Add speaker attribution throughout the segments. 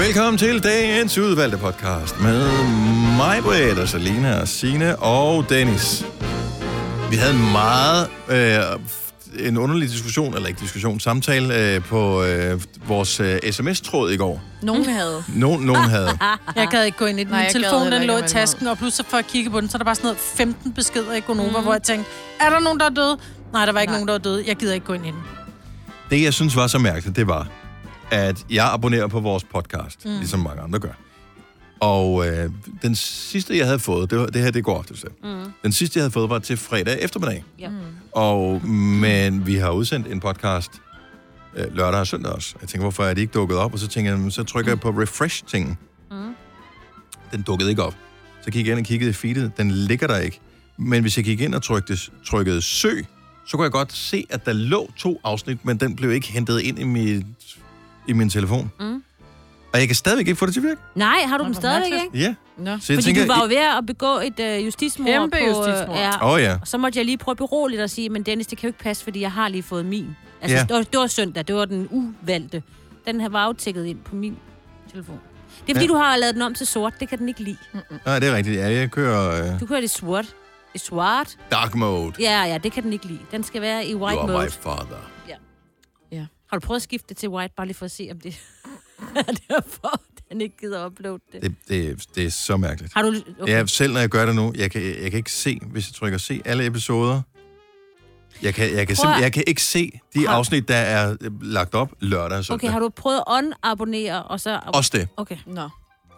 Speaker 1: Velkommen til dagens udvalgte podcast med mig, Britt, og Salina, og Signe og Dennis. Vi havde en meget øh, en underlig diskussion, eller ikke diskussion, samtale øh, på øh, vores øh, sms-tråd i går.
Speaker 2: Nogen havde.
Speaker 1: Nogen, nogen havde.
Speaker 3: Jeg gad ikke gå ind i den.
Speaker 2: Nej,
Speaker 3: Min
Speaker 2: jeg gad
Speaker 3: telefon
Speaker 2: heller
Speaker 3: den
Speaker 2: ikke
Speaker 3: lå i
Speaker 2: at melde mig
Speaker 3: tasken, og pludselig for at kigge på den, så er der bare sådan noget 15 beskeder i
Speaker 2: Mhm.
Speaker 3: Gonova, mm. hvor jeg tænkte, er der nogen, der er døde? Nej, der var ikke Nej. nogen, der var døde. Jeg gider ikke gå ind i den.
Speaker 1: Det, jeg synes var så mærkeligt, det var, at jeg abonnerer på vores podcast, mm. ligesom mange andre gør. Og øh, den sidste, jeg havde fået, det, var, det her, det går ofte selv. Mm. Den sidste, jeg havde fået, var til fredag eftermiddag.
Speaker 4: Ja.
Speaker 2: Mm.
Speaker 1: Og, men vi har udsendt en podcast øh, lørdag og søndag også. Jeg tænker, hvorfor er de ikke dukket op? Og så tænker jeg, "Jamen, så trykker jeg på refresh-tingen.
Speaker 4: Mm.
Speaker 1: Den dukkede ikke op. Så gik jeg ind og kiggede i feedet. Den ligger der ikke. Men hvis jeg gik ind og trykkede, trykkede søg, så kunne jeg godt se, at der lå to afsnit, men den blev ikke hentet ind i, mit, i min telefon.
Speaker 4: Mm.
Speaker 1: Og jeg kan stadigvæk ikke få det til at virke.
Speaker 4: Nej, har
Speaker 3: Nå,
Speaker 4: du dem
Speaker 3: hvor
Speaker 4: stadigvæk,
Speaker 3: mærkeligt.
Speaker 4: ikke?
Speaker 1: Ja.
Speaker 2: Nå.
Speaker 1: Så jeg
Speaker 4: Fordi tænker,
Speaker 1: tænker,
Speaker 4: du var jo ved at begå et øh, justismord.
Speaker 2: Kæmpe
Speaker 4: på, øh,
Speaker 2: justismord.
Speaker 4: Ja,
Speaker 1: åh oh, ja.
Speaker 4: Så måtte jeg lige prøve at berolige dig og sige, men Dennis, det kan jo ikke passe, fordi jeg har lige fået min. Altså,
Speaker 1: Ja.
Speaker 4: ja. det, var, det var søndag, det var den uvalgte. Den her var jo tækket ind på min telefon. Det er fordi,
Speaker 1: Ja.
Speaker 4: ja. du har lavet den om til sort. Det kan den ikke lide.
Speaker 3: Mm.
Speaker 1: Nej, det er rigtigt. Ja, jeg kører øh,
Speaker 4: Du kører det sort. Det sort.
Speaker 1: dark mode.
Speaker 4: Ja, ja, det kan den ikke lide. Den skal være i
Speaker 1: You
Speaker 4: white
Speaker 1: are
Speaker 4: mode.
Speaker 1: my father.
Speaker 4: Har du prøvet at skifte det til white, bare lige for at se, om det er derfor, den ikke gider at uploade det?
Speaker 1: Det, det, det er så mærkeligt.
Speaker 4: Har du...
Speaker 1: Okay. Ja, selv når jeg gør det nu, jeg kan, jeg kan ikke se, hvis jeg trykker se alle episoder. Jeg kan, jeg kan,
Speaker 4: Prøv at-
Speaker 1: simpel, jeg kan ikke se de
Speaker 4: Har-
Speaker 1: afsnit, der er øh, lagt op lørdag og søndag.
Speaker 4: Okay, har du prøvet at unabonnere, og så...
Speaker 1: Også det.
Speaker 4: Okay.
Speaker 2: Nå.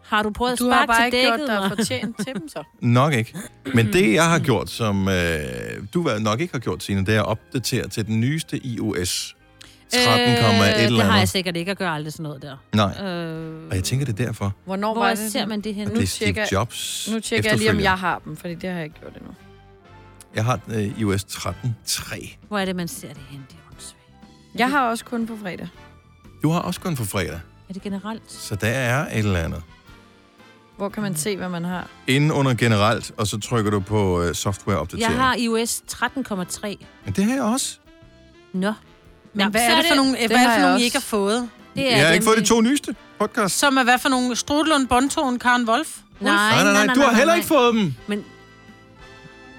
Speaker 4: Har du prøvet at
Speaker 2: Mm. Du har
Speaker 4: sparke
Speaker 2: bare
Speaker 4: til
Speaker 2: ikke gjort
Speaker 4: dækket?
Speaker 2: dig
Speaker 4: Gjort,
Speaker 2: fortjent til dem, så.
Speaker 1: Nok ikke. Men det, jeg har gjort, som øh, du nok ikke har gjort, Signe, det er at opdatere til den nyeste iOS 13,1 øh,
Speaker 4: det
Speaker 1: eller
Speaker 4: har jeg
Speaker 1: andet.
Speaker 4: sikkert ikke. Jeg gør aldrig sådan noget der.
Speaker 1: Nej,
Speaker 4: Øh,
Speaker 1: og jeg tænker, det er derfor.
Speaker 2: Hvornår
Speaker 4: hvor
Speaker 2: var
Speaker 4: det,
Speaker 2: det?
Speaker 4: ser man det her
Speaker 1: Og
Speaker 4: nu?
Speaker 1: det er
Speaker 2: tjekker-
Speaker 1: Steve Jobs
Speaker 2: Nu tjekker jeg lige, om
Speaker 1: efterfølger.
Speaker 2: jeg har dem, fordi det har jeg ikke gjort endnu.
Speaker 1: Jeg har øh, iOS 13.3.
Speaker 4: Hvor er det, man ser det hen? Det er åndssvagt.
Speaker 2: Jeg har også kun på fredag.
Speaker 1: Du har også kun for fredag,
Speaker 4: Er det generelt?
Speaker 1: så der er et eller andet.
Speaker 2: Hvor kan man se, hvad man har?
Speaker 1: Inden under generelt, og så trykker du på øh, softwareopdatering.
Speaker 4: Jeg har iOS 13,3.
Speaker 1: Men det har jeg også.
Speaker 4: Nå.
Speaker 3: Men
Speaker 4: Nå,
Speaker 3: hvad
Speaker 4: så
Speaker 3: er det for nogle, hvad
Speaker 2: har
Speaker 3: er det for
Speaker 2: jeg
Speaker 3: nogle I
Speaker 2: også.
Speaker 3: ikke har fået?
Speaker 4: Det er
Speaker 1: jeg har ikke fået de
Speaker 4: nemlig-
Speaker 1: to nyeste podcasts.
Speaker 3: Som er hvad for nogle? Strudelund, Bontoen, Karen Wolf?
Speaker 4: Nej,
Speaker 1: Nej, nej, nej, du har heller ikke fået dem.
Speaker 4: Men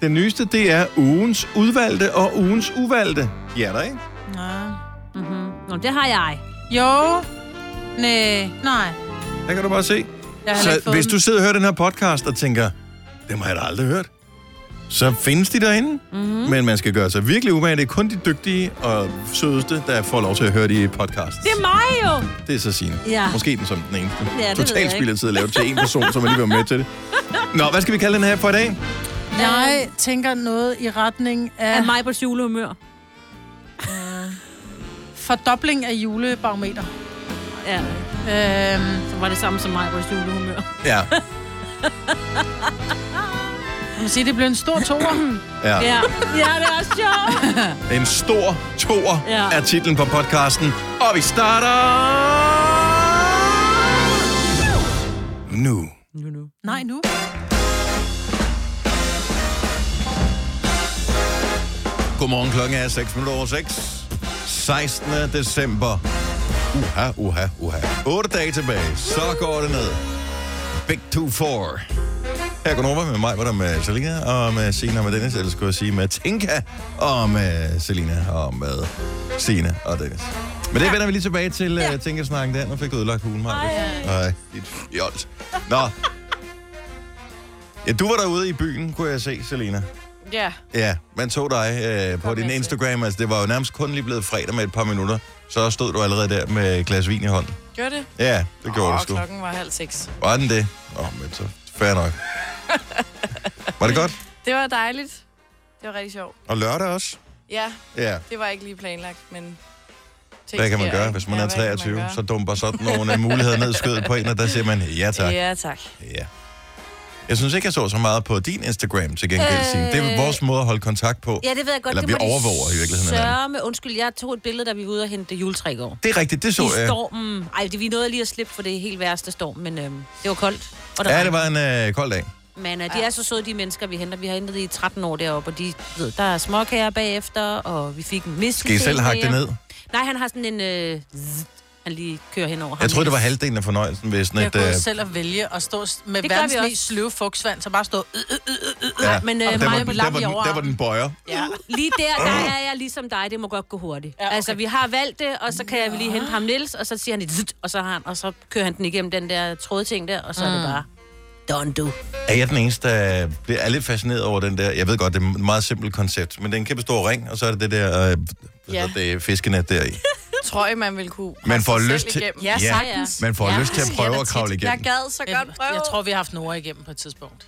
Speaker 1: Den nyeste, det er ugens udvalgte og ugens uvalgte. Ja, der ikke?
Speaker 3: Nej.
Speaker 4: mm-hmm. Nå, det har jeg.
Speaker 3: Jo. Næ. Nej.
Speaker 1: Der kan du bare se.
Speaker 3: Jeg har ikke
Speaker 1: Så
Speaker 3: fået
Speaker 1: hvis
Speaker 3: dem.
Speaker 1: du sidder og hører den her podcast og tænker, dem har jeg da aldrig hørt, så findes de derinde. Mm-hmm. Men man skal gøre sig virkelig umage. Det er kun de dygtige og sødeste, der får lov til at høre de podcasts.
Speaker 4: Det er mig jo!
Speaker 1: Det er så Signe.
Speaker 4: Ja.
Speaker 1: Måske den som den eneste.
Speaker 4: ved jeg
Speaker 1: Totalt
Speaker 4: ikke.
Speaker 1: spild af tid at lave til en person, som alligevel er med til det. Nå, hvad skal vi kalde den her for i dag?
Speaker 3: Jeg tænker noget i retning
Speaker 4: Er
Speaker 3: af
Speaker 4: mig på julehumør.
Speaker 3: fordobling af julebarometer.
Speaker 4: Ja,
Speaker 3: Øhm,
Speaker 4: så var det samme som mig på julehumør.
Speaker 1: Ja,
Speaker 3: man sige, det blev en stor toer.
Speaker 1: ja.
Speaker 4: Ja, ja det er sjovt.
Speaker 1: En stor toer ja.
Speaker 4: Ja.
Speaker 1: er titlen på podcasten. Og vi starter... Nu.
Speaker 4: Nu, nu.
Speaker 3: Nej, nu.
Speaker 1: Godmorgen, klokken er 6 minutter over 6. 16. december. Uha, uha, uha. 8 dage tilbage, så går det ned. Big 2-4. Her går Nova med mig, hvor der med Selina, og med Sina og med Dennis, eller skulle jeg sige med Tinka, og med Selina, og med Sina og Dennis. Men det vender vi lige tilbage til ja. uh, Tinka-snakken der. Nu fik du ødelagt hulen, Maja. Nej, dit fjols. Nå. Ja, du var derude i byen, kunne jeg se, Selina.
Speaker 2: Ja.
Speaker 1: Ja, man så dig øh, på
Speaker 2: Kom
Speaker 1: din
Speaker 2: med til.
Speaker 1: Instagram. Altså, det var jo nærmest kun lige blevet fredag med et par minutter. Så stod du allerede der med et glas vin i hånden.
Speaker 2: Gjorde det?
Speaker 1: Ja, det gjorde du sgu.
Speaker 2: klokken var halv seks.
Speaker 1: Var den det? Nå, men så fair nok. var det godt?
Speaker 2: Det var dejligt. Det var rigtig sjovt.
Speaker 1: Og lørdag også?
Speaker 2: Ja,
Speaker 1: Ja.
Speaker 2: det var ikke lige planlagt, men...
Speaker 1: Hvad kan man gøre, hvis man er 23? Så dumper sådan nogle øh, muligheder ned i skødet på en, og der siger man ja tak.
Speaker 2: Ja, tak.
Speaker 1: Ja. Jeg synes ikke, jeg så så meget på din Instagram til gengæld, Signe. Det er vores måde at holde kontakt på.
Speaker 4: Ja, det ved jeg godt.
Speaker 1: Eller
Speaker 4: det
Speaker 1: vi
Speaker 4: må de
Speaker 1: overvåger i virkeligheden hinanden.
Speaker 4: Sørme. Undskyld, jeg tog et billede, da vi var ude og hente juletræ i går.
Speaker 1: Det er rigtigt, det så
Speaker 4: I
Speaker 1: jeg.
Speaker 4: stormen. Ej, det, vi nåede lige at slippe for det helt værste storm, men øhm, det var koldt. Og der
Speaker 1: Ja, det
Speaker 4: regnede.
Speaker 1: var en øh, kold dag.
Speaker 4: Men øh, de er så søde, de mennesker, vi henter. Vi har hentet i 13 år deroppe, og de, ved, der er småkager bagefter, og vi fik en mistel.
Speaker 1: Skal I selv hakke det ned?
Speaker 4: Nej, han har sådan en... Øh, zzz. han han lige kører henover.
Speaker 1: Jeg tror det var halvdelen af fornøjelsen ved sådan
Speaker 3: Jeg
Speaker 1: et...
Speaker 3: kunne
Speaker 1: øh,
Speaker 3: jo selv at vælge at stå s- med
Speaker 4: Det gør
Speaker 3: verdens
Speaker 4: vi også.
Speaker 3: mest sløve fugtsvand, så bare stå... Øh, øh, øh, øh, øh.
Speaker 4: nej, men, øh,
Speaker 1: der, var,
Speaker 4: mig på
Speaker 1: den- der,
Speaker 3: lap
Speaker 1: var
Speaker 3: i
Speaker 1: den, der var den bøjer.
Speaker 3: Ja.
Speaker 4: Lige der, der er jeg ligesom dig, det må godt gå hurtigt. Ja, okay. Altså, vi har valgt det, og så kan jeg lige hente ham Nils, og så siger han et zut, og så, har han, og så kører han den igennem den der trådting der, og så mm. er det bare done do.
Speaker 1: Er jeg den eneste, der bliver er lidt fascineret over den der... Jeg ved godt, det er et meget simpelt koncept, men den kan bestå af ring, og så er det det der øh,
Speaker 2: Ja.
Speaker 1: ja. det fiskenet der i.
Speaker 2: Tror jeg, man ville kunne
Speaker 1: Man får
Speaker 2: sig selv
Speaker 1: lyst til-
Speaker 2: igennem.
Speaker 3: Ja,
Speaker 1: Ja.
Speaker 3: sagtens.
Speaker 1: Man får ja. lyst til at prøve at kravle
Speaker 2: Jeg
Speaker 1: igennem.
Speaker 2: gad så godt
Speaker 3: øh." Jeg,
Speaker 2: prøve.
Speaker 3: jeg tror, vi har haft Nora igennem på et tidspunkt.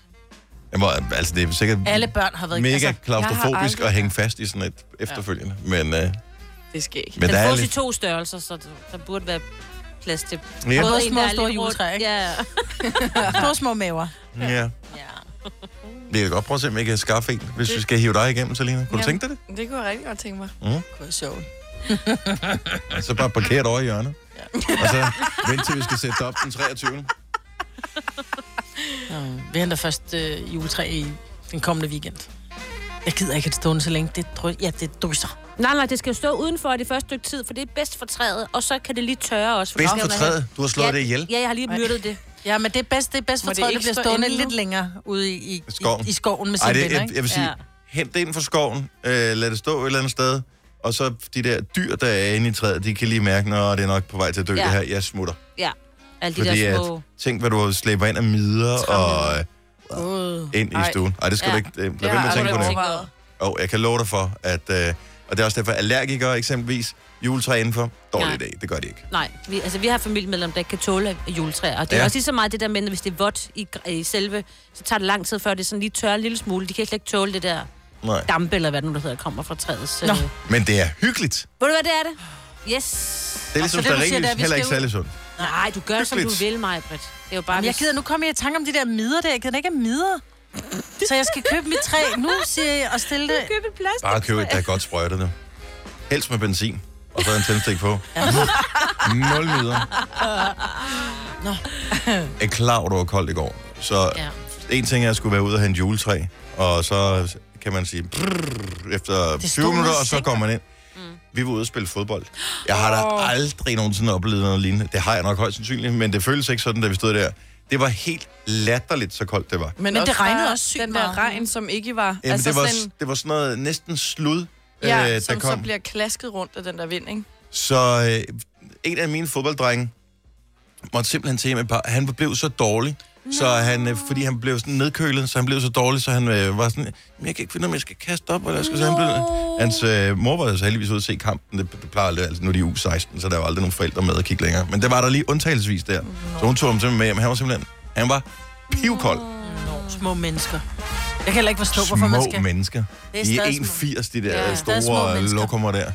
Speaker 1: Jeg må, altså, det er sikkert
Speaker 3: Alle børn har været
Speaker 1: mega
Speaker 3: Altså,
Speaker 1: klaustrofobisk
Speaker 2: aldrig-
Speaker 1: at hænge fast i sådan et efterfølgende, men, øh,
Speaker 2: det sker ikke.
Speaker 1: men
Speaker 4: Den
Speaker 1: der er
Speaker 4: fås i
Speaker 1: lidt...
Speaker 4: to størrelser, så der, der burde være plads til
Speaker 1: Ja.
Speaker 3: Både
Speaker 4: en,
Speaker 3: små
Speaker 4: der er
Speaker 3: og store
Speaker 4: lidt rundt.
Speaker 3: juletræer, ikke?
Speaker 4: Ja.
Speaker 3: små, små maver.
Speaker 1: Ja.
Speaker 3: Ja.
Speaker 1: Vi kan godt prøve at se, om jeg kan skaffe en, hvis vi skal hive dig igennem, Selina. Kunne ja.
Speaker 2: Ja.
Speaker 1: du tænke dig det?
Speaker 2: Det kunne jeg rigtig godt tænke mig.
Speaker 3: Det kunne være sjovt.
Speaker 1: Og så Altså, bare parkere det over i hjørnet. Ja. Og så vent til, vi skal sætte det op den 23.
Speaker 3: Mm. Vi henter først øh, juletræ i den kommende weekend. Jeg gider ikke have det stående så længe. Det, drø- ja, det drysser.
Speaker 4: Nej, nej, det skal jo stå udenfor det første stykke tid, for det er bedst for træet, og så kan det lige tørre også. For
Speaker 1: Bedst
Speaker 4: der
Speaker 1: for
Speaker 4: kommer
Speaker 1: træet. Du har slået
Speaker 4: ja,
Speaker 1: det ihjel.
Speaker 4: Ja, jeg har lige myrdet det.
Speaker 3: Ja, men det er bedst, det er bedst
Speaker 2: Må
Speaker 3: for
Speaker 2: det
Speaker 3: træet,
Speaker 2: ikke
Speaker 3: det bliver
Speaker 2: stå
Speaker 3: stående
Speaker 2: inde nu?
Speaker 3: lidt længere ude i, i,
Speaker 1: Skoven.
Speaker 3: i, i skoven med
Speaker 1: Ej,
Speaker 3: sine
Speaker 1: det,
Speaker 3: venner,
Speaker 1: jeg,
Speaker 3: ikke?
Speaker 1: jeg vil sige,
Speaker 4: Ja.
Speaker 1: hent det ind fra skoven, øh, lad det stå et eller andet sted, og så de der dyr, der er inde i træet, de kan lige mærke, når det er nok på vej til at dø
Speaker 4: Ja.
Speaker 1: det her. Jeg smutter.
Speaker 4: Ja, alle de
Speaker 1: Fordi
Speaker 4: der
Speaker 1: at,
Speaker 4: små...
Speaker 1: tænk, hvad du slæber ind af midler og øh,
Speaker 3: Uh.
Speaker 1: ind i
Speaker 2: Ej.
Speaker 1: stuen. Ej, det skal
Speaker 4: Ja.
Speaker 1: du ikke... Øh, lad
Speaker 2: Det
Speaker 1: være
Speaker 2: har
Speaker 1: med at
Speaker 2: jeg
Speaker 1: tænke
Speaker 2: aldrig
Speaker 1: på det.
Speaker 2: overvejet.
Speaker 1: Og jeg kan love dig for, at... Øh, og det er også derfor, allergikere eksempelvis, juletræ indenfor, dårlig idé,
Speaker 4: Nej.
Speaker 1: det gør de ikke.
Speaker 4: Nej, vi, altså vi har familiemedlemmer, der ikke kan tåle juletræer. Og det er
Speaker 1: Ja.
Speaker 4: ja. også lige så meget det der med, at hvis det er vådt i, gr- i selve, så tager det lang tid, før det sådan lige tørrer en lille smule. De kan slet ikke tåle det der
Speaker 1: Nej.
Speaker 4: dampe, eller hvad det nu der hedder, kommer fra træet. Så,
Speaker 3: Nå.
Speaker 4: Ved
Speaker 1: Men det er hyggeligt.
Speaker 4: du hvad, det er det? Yes.
Speaker 1: Det er ligesom
Speaker 3: det, du siger,
Speaker 1: stearinlys,
Speaker 3: det er, vi
Speaker 1: heller ikke
Speaker 3: skal
Speaker 1: særlig sundt.
Speaker 4: Nej, du gør, som du
Speaker 1: Hyggeligt.
Speaker 4: vil, mig, Britt. Det er jo bare...
Speaker 3: Jamen, jeg
Speaker 4: hvis-
Speaker 3: gider, nu kommer jeg i tanke om de der midder der. Jeg gider ikke have midder. Så jeg skal købe mit træ nu, siger jeg, og stille det.
Speaker 1: Bare køb et, der er godt sprøjtet nu. Helst med benzin. Og så en tændstik på. Nul midler.
Speaker 3: Nå.
Speaker 1: Jeg er klar, over, det var koldt i går. Så
Speaker 4: Ja.
Speaker 1: en ting er, at jeg skulle være ude og hente juletræ. Og så kan man sige, brrr, efter
Speaker 3: Det
Speaker 1: 20
Speaker 3: stod
Speaker 1: minutter,
Speaker 3: noget
Speaker 1: og så
Speaker 3: sikkert.
Speaker 1: går man ind. Vi var ude og spille fodbold. Jeg har da aldrig nogensinde oplevet noget lignende. Det har jeg nok højst sandsynligt, men det føltes ikke sådan, da vi stod der. Det var helt latterligt, så koldt det var.
Speaker 3: Men det
Speaker 2: også
Speaker 3: regnede
Speaker 2: bare
Speaker 3: også sygt
Speaker 2: Den der
Speaker 3: meget.
Speaker 2: regn, som ikke var...
Speaker 1: Jamen, altså det, var,
Speaker 2: sådan,
Speaker 1: sådan... det var sådan noget næsten slud,
Speaker 2: ja,
Speaker 1: øh, der
Speaker 2: som
Speaker 1: kom.
Speaker 2: så bliver klasket rundt af den der vind, ikke?
Speaker 1: Så øh, en af mine fodbolddrenge måtte simpelthen til med par. Han blev så dårlig, så han, øh, fordi han blev sådan nedkølet, så han blev så dårlig, så han øh, var sådan, "Men jeg kan ikke finde, ud af, om jeg skal kaste op, eller jeg skal så han blev, Hans øh, mor var jo så heldigvis ude at se kampen. Det, det plejer aldrig, altså nu er de i U16, så der var aldrig nogen forældre med at kigge længere. Men det var der lige undtagelsesvis der. Så hun tog ham simpelthen med hjem. Han var simpelthen, han var pivkold.
Speaker 3: Nå, små mennesker. Jeg kan heller ikke forstå, hvorfor man
Speaker 1: Små
Speaker 3: skal...
Speaker 1: mennesker.
Speaker 3: Det er
Speaker 1: De er
Speaker 3: stadig små.
Speaker 1: 1,80, de der
Speaker 2: Ja.
Speaker 1: ja,
Speaker 3: Stadig små
Speaker 1: store
Speaker 3: mennesker.
Speaker 1: lokummer der.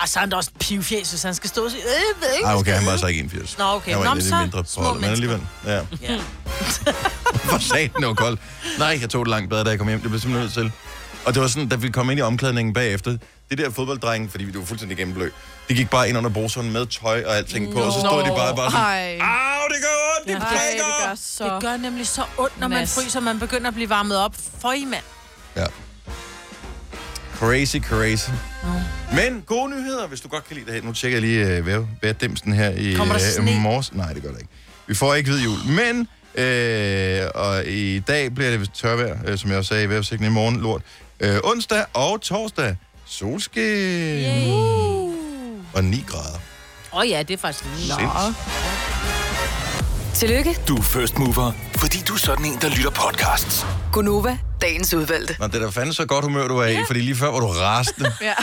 Speaker 3: Ej, så er han da også en pivfjæs, hvis han skal stå og sige... Øh, ved ikke,
Speaker 1: Ej,
Speaker 3: hvad
Speaker 1: Ah, okay,
Speaker 3: skal
Speaker 1: han var
Speaker 3: jeg
Speaker 1: så ikke 81.
Speaker 3: Nå, okay.
Speaker 1: Han var
Speaker 3: Nå,
Speaker 1: Nå, lidt
Speaker 3: så
Speaker 1: mindre på
Speaker 3: små
Speaker 1: holdet, men
Speaker 3: mennesker.
Speaker 1: alligevel. Ja.
Speaker 3: hedde?" Ja.
Speaker 1: For satan, det var koldt. Nej, jeg tog det langt bedre, da jeg kom hjem. Det blev jeg simpelthen nødt til. Og det var sådan, da vi kom ind i omklædningen bagefter, det der fodbolddreng, fordi vi var fuldstændig gennemblød, de gik bare ind under bruseren med tøj og alting på, og så stod de bare, bare sådan,
Speaker 2: Ej,
Speaker 1: Au, det gør ondt,
Speaker 2: ej, det
Speaker 1: det
Speaker 2: gør
Speaker 1: prikker!
Speaker 2: så...
Speaker 3: Det gør nemlig så ondt, når man
Speaker 2: Mads.
Speaker 3: fryser, man begynder at blive varmet op. For i mand.
Speaker 1: Ja. Crazy, crazy. Men gode nyheder, hvis du godt kan lide det her. Nu tjekker jeg lige øh, vejr, vejrdimsen her i
Speaker 3: Kommer der sne?
Speaker 1: øh, morges. Nej, det gør der ikke. Vi får ikke hvid jul, men... Øh, og i dag bliver det vist tørvejr, øh, som jeg også sagde i vejrudsigten i morgen, lort. Øh, onsdag og torsdag, solskin og 9 grader.
Speaker 4: Åh oh, ja, det er faktisk... Nå.
Speaker 3: Ah.
Speaker 1: Sindssygt.
Speaker 5: Tillykke,
Speaker 6: Du er first mover, fordi du er sådan en, der lytter podcasts.
Speaker 5: Gunova, dagens udvalgte.
Speaker 1: Nå, det er da fandme så godt humør, du er i, fordi lige før var du rasende.
Speaker 2: Ja.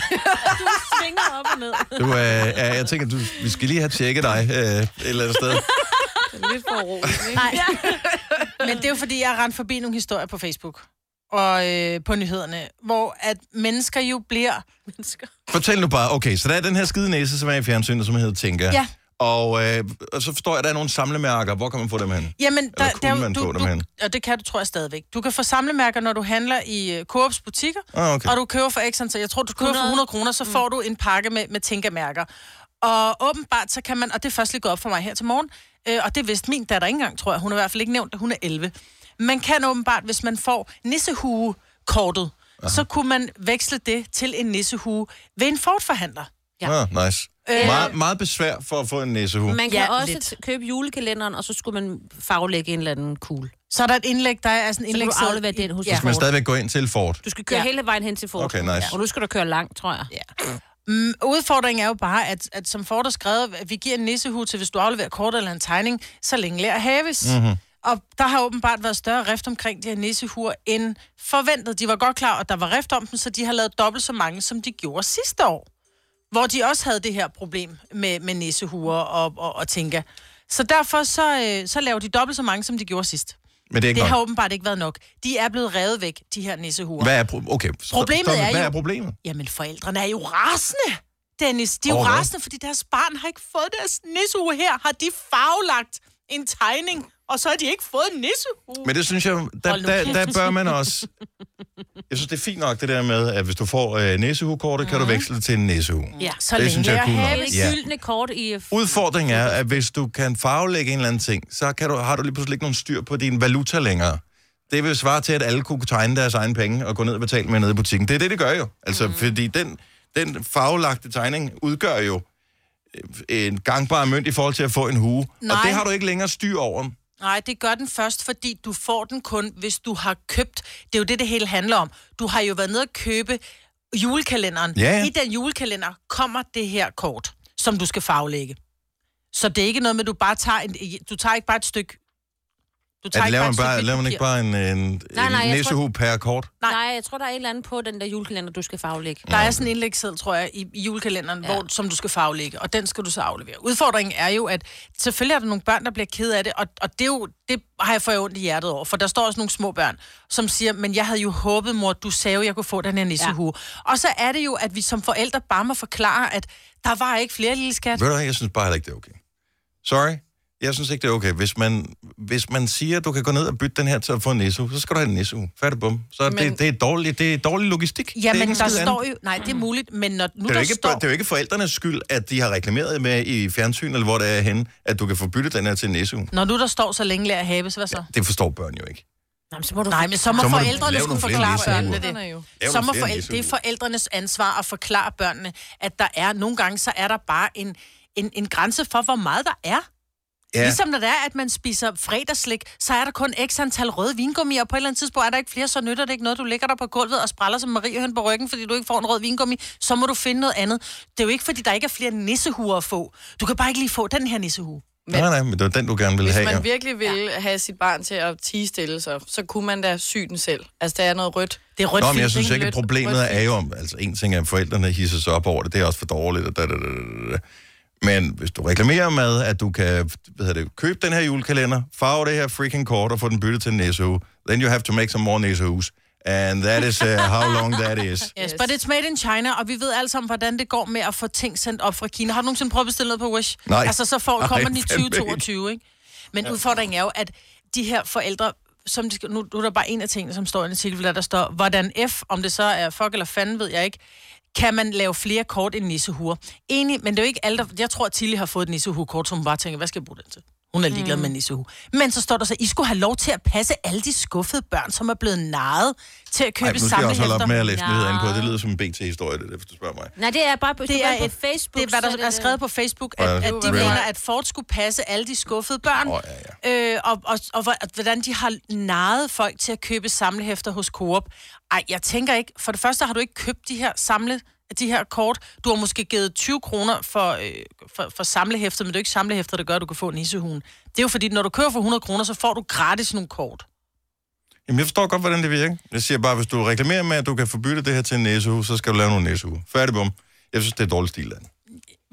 Speaker 4: Svinger op og ned.
Speaker 1: Du, øh, ja, jeg tænker, du, vi skal lige have tjekket dig øh, et eller andet sted.
Speaker 2: Lidt for roligt, ikke?
Speaker 3: Nej. Men det er jo, fordi jeg rendte forbi nogle historier på Facebook og øh, på nyhederne, hvor at mennesker jo bliver...
Speaker 4: Mennesker.
Speaker 1: Fortæl nu bare, okay, så der er den her skide næse, som er i fjernsynet, som hedder Tinka.
Speaker 3: Ja.
Speaker 1: Og, øh, og så forstår jeg, at der er nogle samlemærker. Hvor kan man få dem hen?
Speaker 3: Jamen, der,
Speaker 1: Eller kunne
Speaker 3: der,
Speaker 1: man få
Speaker 3: du,
Speaker 1: dem
Speaker 3: du,
Speaker 1: hen?
Speaker 3: og det kan du, tror jeg, stadigvæk. Du kan få samlemærker, når du handler i øh, Coops butikker,
Speaker 1: Ah, okay.
Speaker 3: og du køber for ekstra, så jeg tror, du køber 100. for 100 kroner, så
Speaker 4: Mm.
Speaker 3: får du en pakke med, med Tinka-mærker. Og åbenbart, så kan man, og det er først lige gået op for mig her til morgen, øh, og det vidste min datter ikke engang, tror jeg. Hun er i hvert fald ikke nævnt, at hun er 11. Man kan åbenbart, hvis man får nissehue-kortet, så kunne man veksle det til en nissehue ved en fortforhandler.
Speaker 1: Ja. Ah, nice. Øh. Meget, meget besvær for at få en næsehue.
Speaker 4: Man kan
Speaker 3: Ja,
Speaker 4: ja, også
Speaker 3: lidt.
Speaker 4: lidt. købe julekalenderen, og så skulle man faglægge en eller anden kugle. Så
Speaker 3: Så er der et indlæg, der er sådan en
Speaker 4: kan
Speaker 3: indlæg,
Speaker 4: du aflevere den hos
Speaker 3: Ja.
Speaker 4: ja.
Speaker 1: Skal man stadigvæk gå ind til Ford?
Speaker 4: Du skal køre
Speaker 3: Ja.
Speaker 4: ja. hele vejen hen til Fort.
Speaker 1: Okay, nice.
Speaker 4: Og nu skal du køre langt, tror jeg. Ja.
Speaker 3: Mm, Udfordringen er jo bare, at, at som Ford har skrevet, at vi giver en nissehue til, hvis du afleverer kort eller en tegning, så længe lærer haves. Mm-hmm. Og der har åbenbart været større rift omkring de her nissehuer end forventet. De var godt klar, at der var rift om dem, så de har lavet dobbelt så mange, som de gjorde sidste år. Hvor de også havde det her problem med, med nissehuer og, og, og tænker. Så derfor så, øh, så laver de dobbelt så mange, som de gjorde sidst.
Speaker 1: Men det er ikke
Speaker 3: Det har
Speaker 1: godt.
Speaker 3: åbenbart ikke været nok. De er blevet revet væk, de her nissehuer.
Speaker 1: Hvad er pro- okay, stop-
Speaker 3: Problemet
Speaker 1: stop med,
Speaker 3: er
Speaker 1: Hvad
Speaker 3: jo-
Speaker 1: er problemet?
Speaker 3: Jamen, forældrene er jo rasende, Dennis. De er jo
Speaker 1: Over hvad?
Speaker 3: rasende, fordi deres barn har ikke fået deres nissehue her. Har de farvelagt en tegning, og så har de ikke fået en nissehue.
Speaker 1: Men det synes jeg, der,
Speaker 3: Hold nu
Speaker 1: der,
Speaker 3: kæft.
Speaker 1: der bør man også... Jeg synes, det er fint nok det der med, at hvis du får øh, næsehukortet, kan du
Speaker 3: Mm.
Speaker 1: veksle det til en næsehue.
Speaker 4: Ja.
Speaker 3: Så
Speaker 1: det
Speaker 3: længe
Speaker 1: synes jeg er
Speaker 3: jeg
Speaker 1: cool nok.
Speaker 4: Det
Speaker 3: har
Speaker 4: er det
Speaker 1: Ja.
Speaker 4: gyldne kort i...
Speaker 1: Udfordringen er, at hvis du kan farvelægge en eller anden ting, så kan du, har du lige pludselig ikke nogen styr på din valuta længere. Det vil svare til, at alle kunne tegne deres egne penge og gå ned og betale med nede i butikken. Det er det, det gør jo. Altså,
Speaker 4: Mhm.
Speaker 1: mm. fordi den, den farvelagte tegning udgør jo øh, en gangbar mønt i forhold til at få en hue. Nej. Og
Speaker 3: Nej.
Speaker 1: det har du ikke længere styr over.
Speaker 3: Nej, det gør den først, fordi du får den kun, hvis du har købt. Det er jo det, det hele handler om. Du har jo været nede og købe julekalenderen.
Speaker 1: Ja, ja.
Speaker 3: I den julekalender kommer det her kort, som du skal farvelægge. Så det er ikke noget med, at du bare tager, en, du tager ikke bare et stykke... Du
Speaker 1: At laver, man
Speaker 3: stykke
Speaker 1: bare,
Speaker 3: hvidt
Speaker 1: laver man ikke
Speaker 3: papir.
Speaker 1: bare en, en,
Speaker 4: Nej, nej,
Speaker 1: en
Speaker 4: jeg
Speaker 1: næsehue per kort?
Speaker 4: Nej. Nej, jeg tror, der er et eller andet på den der julekalender, du skal faglægge.
Speaker 3: Der er sådan en indlægsseddel, tror jeg, i, i julekalenderen, ja. hvor, som du skal faglægge, og den skal du så aflevere. Udfordringen er jo, at selvfølgelig er der nogle børn, der bliver ked af det, og, og det, er jo, det har jeg fået ondt i hjertet over, for der står også nogle små børn, som siger, men jeg havde jo håbet, mor, du sagde jo, jeg kunne få den her nissehue. Ja. Og så er det jo, at vi som forældre bare må forklare, at der var ikke flere lille skat.
Speaker 1: Ved du hvad, jeg synes bare heller ikke, det er okay. Sorry. Jeg synes ikke, det er okay. Hvis man, hvis man siger, at du kan gå ned og bytte den her til at få en nissehue, så skal du have en nissehue. Færdig bum. Så Men... det, det, er dårlig, det er dårlig logistik. det er
Speaker 3: Jamen,
Speaker 1: ikke en
Speaker 3: der
Speaker 1: skid andet.
Speaker 3: står jo... Nej, det er muligt, men når nu
Speaker 1: Det er,
Speaker 3: der
Speaker 1: jo ikke,
Speaker 3: står...
Speaker 1: det er jo ikke forældrenes skyld, at de har reklameret med i fjernsyn, eller hvor det er henne, at du kan få byttet den her til en nissehue.
Speaker 3: Når nu der står så længe lærer have, så hvad så?
Speaker 1: Det forstår børn jo ikke.
Speaker 4: Jamen, så må du...
Speaker 3: Nej, men så må,
Speaker 1: Så må du
Speaker 3: forældrene
Speaker 1: lave
Speaker 3: skulle
Speaker 1: nogle flere
Speaker 3: forklare
Speaker 1: nissehuer.
Speaker 3: børnene det.
Speaker 2: Forældrene jo.
Speaker 1: Lave
Speaker 3: Så
Speaker 1: nogle
Speaker 3: må
Speaker 1: flere
Speaker 3: forældre, det er
Speaker 1: nissehuer.
Speaker 3: forældrenes ansvar at forklare børnene, at der er nogle gange, så er der bare en, en, en grænse for, hvor meget der er. Ja. Ligesom når det er, at man spiser fredagslik, så er der kun x antal røde vingummier, og på et eller andet tidspunkt er der ikke flere, så nytter det ikke noget. Du ligger der på gulvet og spræller som Marie Høn på ryggen, fordi du ikke får en rød vingummi, så må du finde noget andet. Det er jo ikke, fordi der ikke er flere nissehuer at få. Du kan bare ikke lige få den her nissehue.
Speaker 1: Nej, nej, men det var den, du gerne ville
Speaker 2: Hvis
Speaker 1: have.
Speaker 2: man
Speaker 1: jo.
Speaker 2: virkelig ville have sit barn til at tige stille sig, så kunne man da sy den selv. Altså, der er noget rødt.
Speaker 3: Det er rødt
Speaker 1: Nå, men jeg
Speaker 3: fint,
Speaker 1: synes
Speaker 3: ikke?
Speaker 1: ikke, at
Speaker 2: Lidt
Speaker 1: problemet
Speaker 2: rødt
Speaker 1: er jo, om- altså en ting er, at forældrene hisser sig op over det, det er også for dårligt, og da, da, da, da, da. men hvis du reklamerer med, at du kan hvad hedder det, købe den her julekalender, farve det her freaking kort og få den byttet til en næsehue, then you have to make some more næsehues. And that is uh, how long that is.
Speaker 3: Yes,
Speaker 2: Yes.
Speaker 3: but it's made in China, og vi ved alle sammen, hvordan det går med at få ting sendt op fra Kina. Har du nogensinde prøvet at bestille noget på Wish?
Speaker 1: Nej.
Speaker 3: Altså, så får, kommer
Speaker 1: Nej,
Speaker 3: den i
Speaker 1: fandme ikke.
Speaker 3: 2022, ikke? Men udfordringen er jo, at de her forældre, som de, skal- nu, nu er der bare en af tingene, som står i en artikel, der, der står, hvordan F, om det så er fuck eller fanden, ved jeg ikke, kan man lave flere kort end nissehuer. Enig, men det er jo ikke alle, der... Jeg tror, at Tilly har fået et nissehue-kort, så hun bare tænker, hvad skal jeg bruge den til? Hun er ligeglad mm. med nissehue. Men så står der så, I skulle have lov til at passe alle de skuffede børn, som er blevet narret til at købe
Speaker 1: Ej, nu skal jeg også holde op
Speaker 3: samlehæfter."
Speaker 1: med at læse nyheder ind på.
Speaker 4: Ja.
Speaker 1: Det lyder som en BT-historie, det der, hvis du spørger mig.
Speaker 4: Nej, det er bare... Hvis det du
Speaker 3: Det
Speaker 4: er
Speaker 3: er,
Speaker 4: på
Speaker 3: et,
Speaker 4: Facebook,
Speaker 3: det er, hvad
Speaker 4: så
Speaker 3: der er, skrevet på Facebook, at,
Speaker 1: Ja,
Speaker 3: at
Speaker 1: det
Speaker 3: de
Speaker 1: var-
Speaker 3: mener, at Ford skulle passe alle de skuffede børn,
Speaker 1: Åh,
Speaker 3: oh,
Speaker 1: ja,
Speaker 3: ja, ja. Øh, og, og, og hvor- at hvordan de har naret folk til at købe samlehæfter hos Coop. Ej, jeg tænker ikke, for det første har du ikke købt de her samle de her kort. Du har måske givet 20 kroner for, øh, for, for samlehæftet, men det er jo ikke samlehæftet, der gør, at du kan få en nissehuen. Det er jo fordi, når du kører for 100 kroner, så får du gratis nogle kort.
Speaker 1: Jamen, jeg forstår godt, hvordan det virker. Jeg siger bare, hvis du reklamerer med, at du kan få byttet det her til en næsehue, så skal du lave nogle næsehue. Færdig bum. Jeg synes, det er dårlig stil, Dan.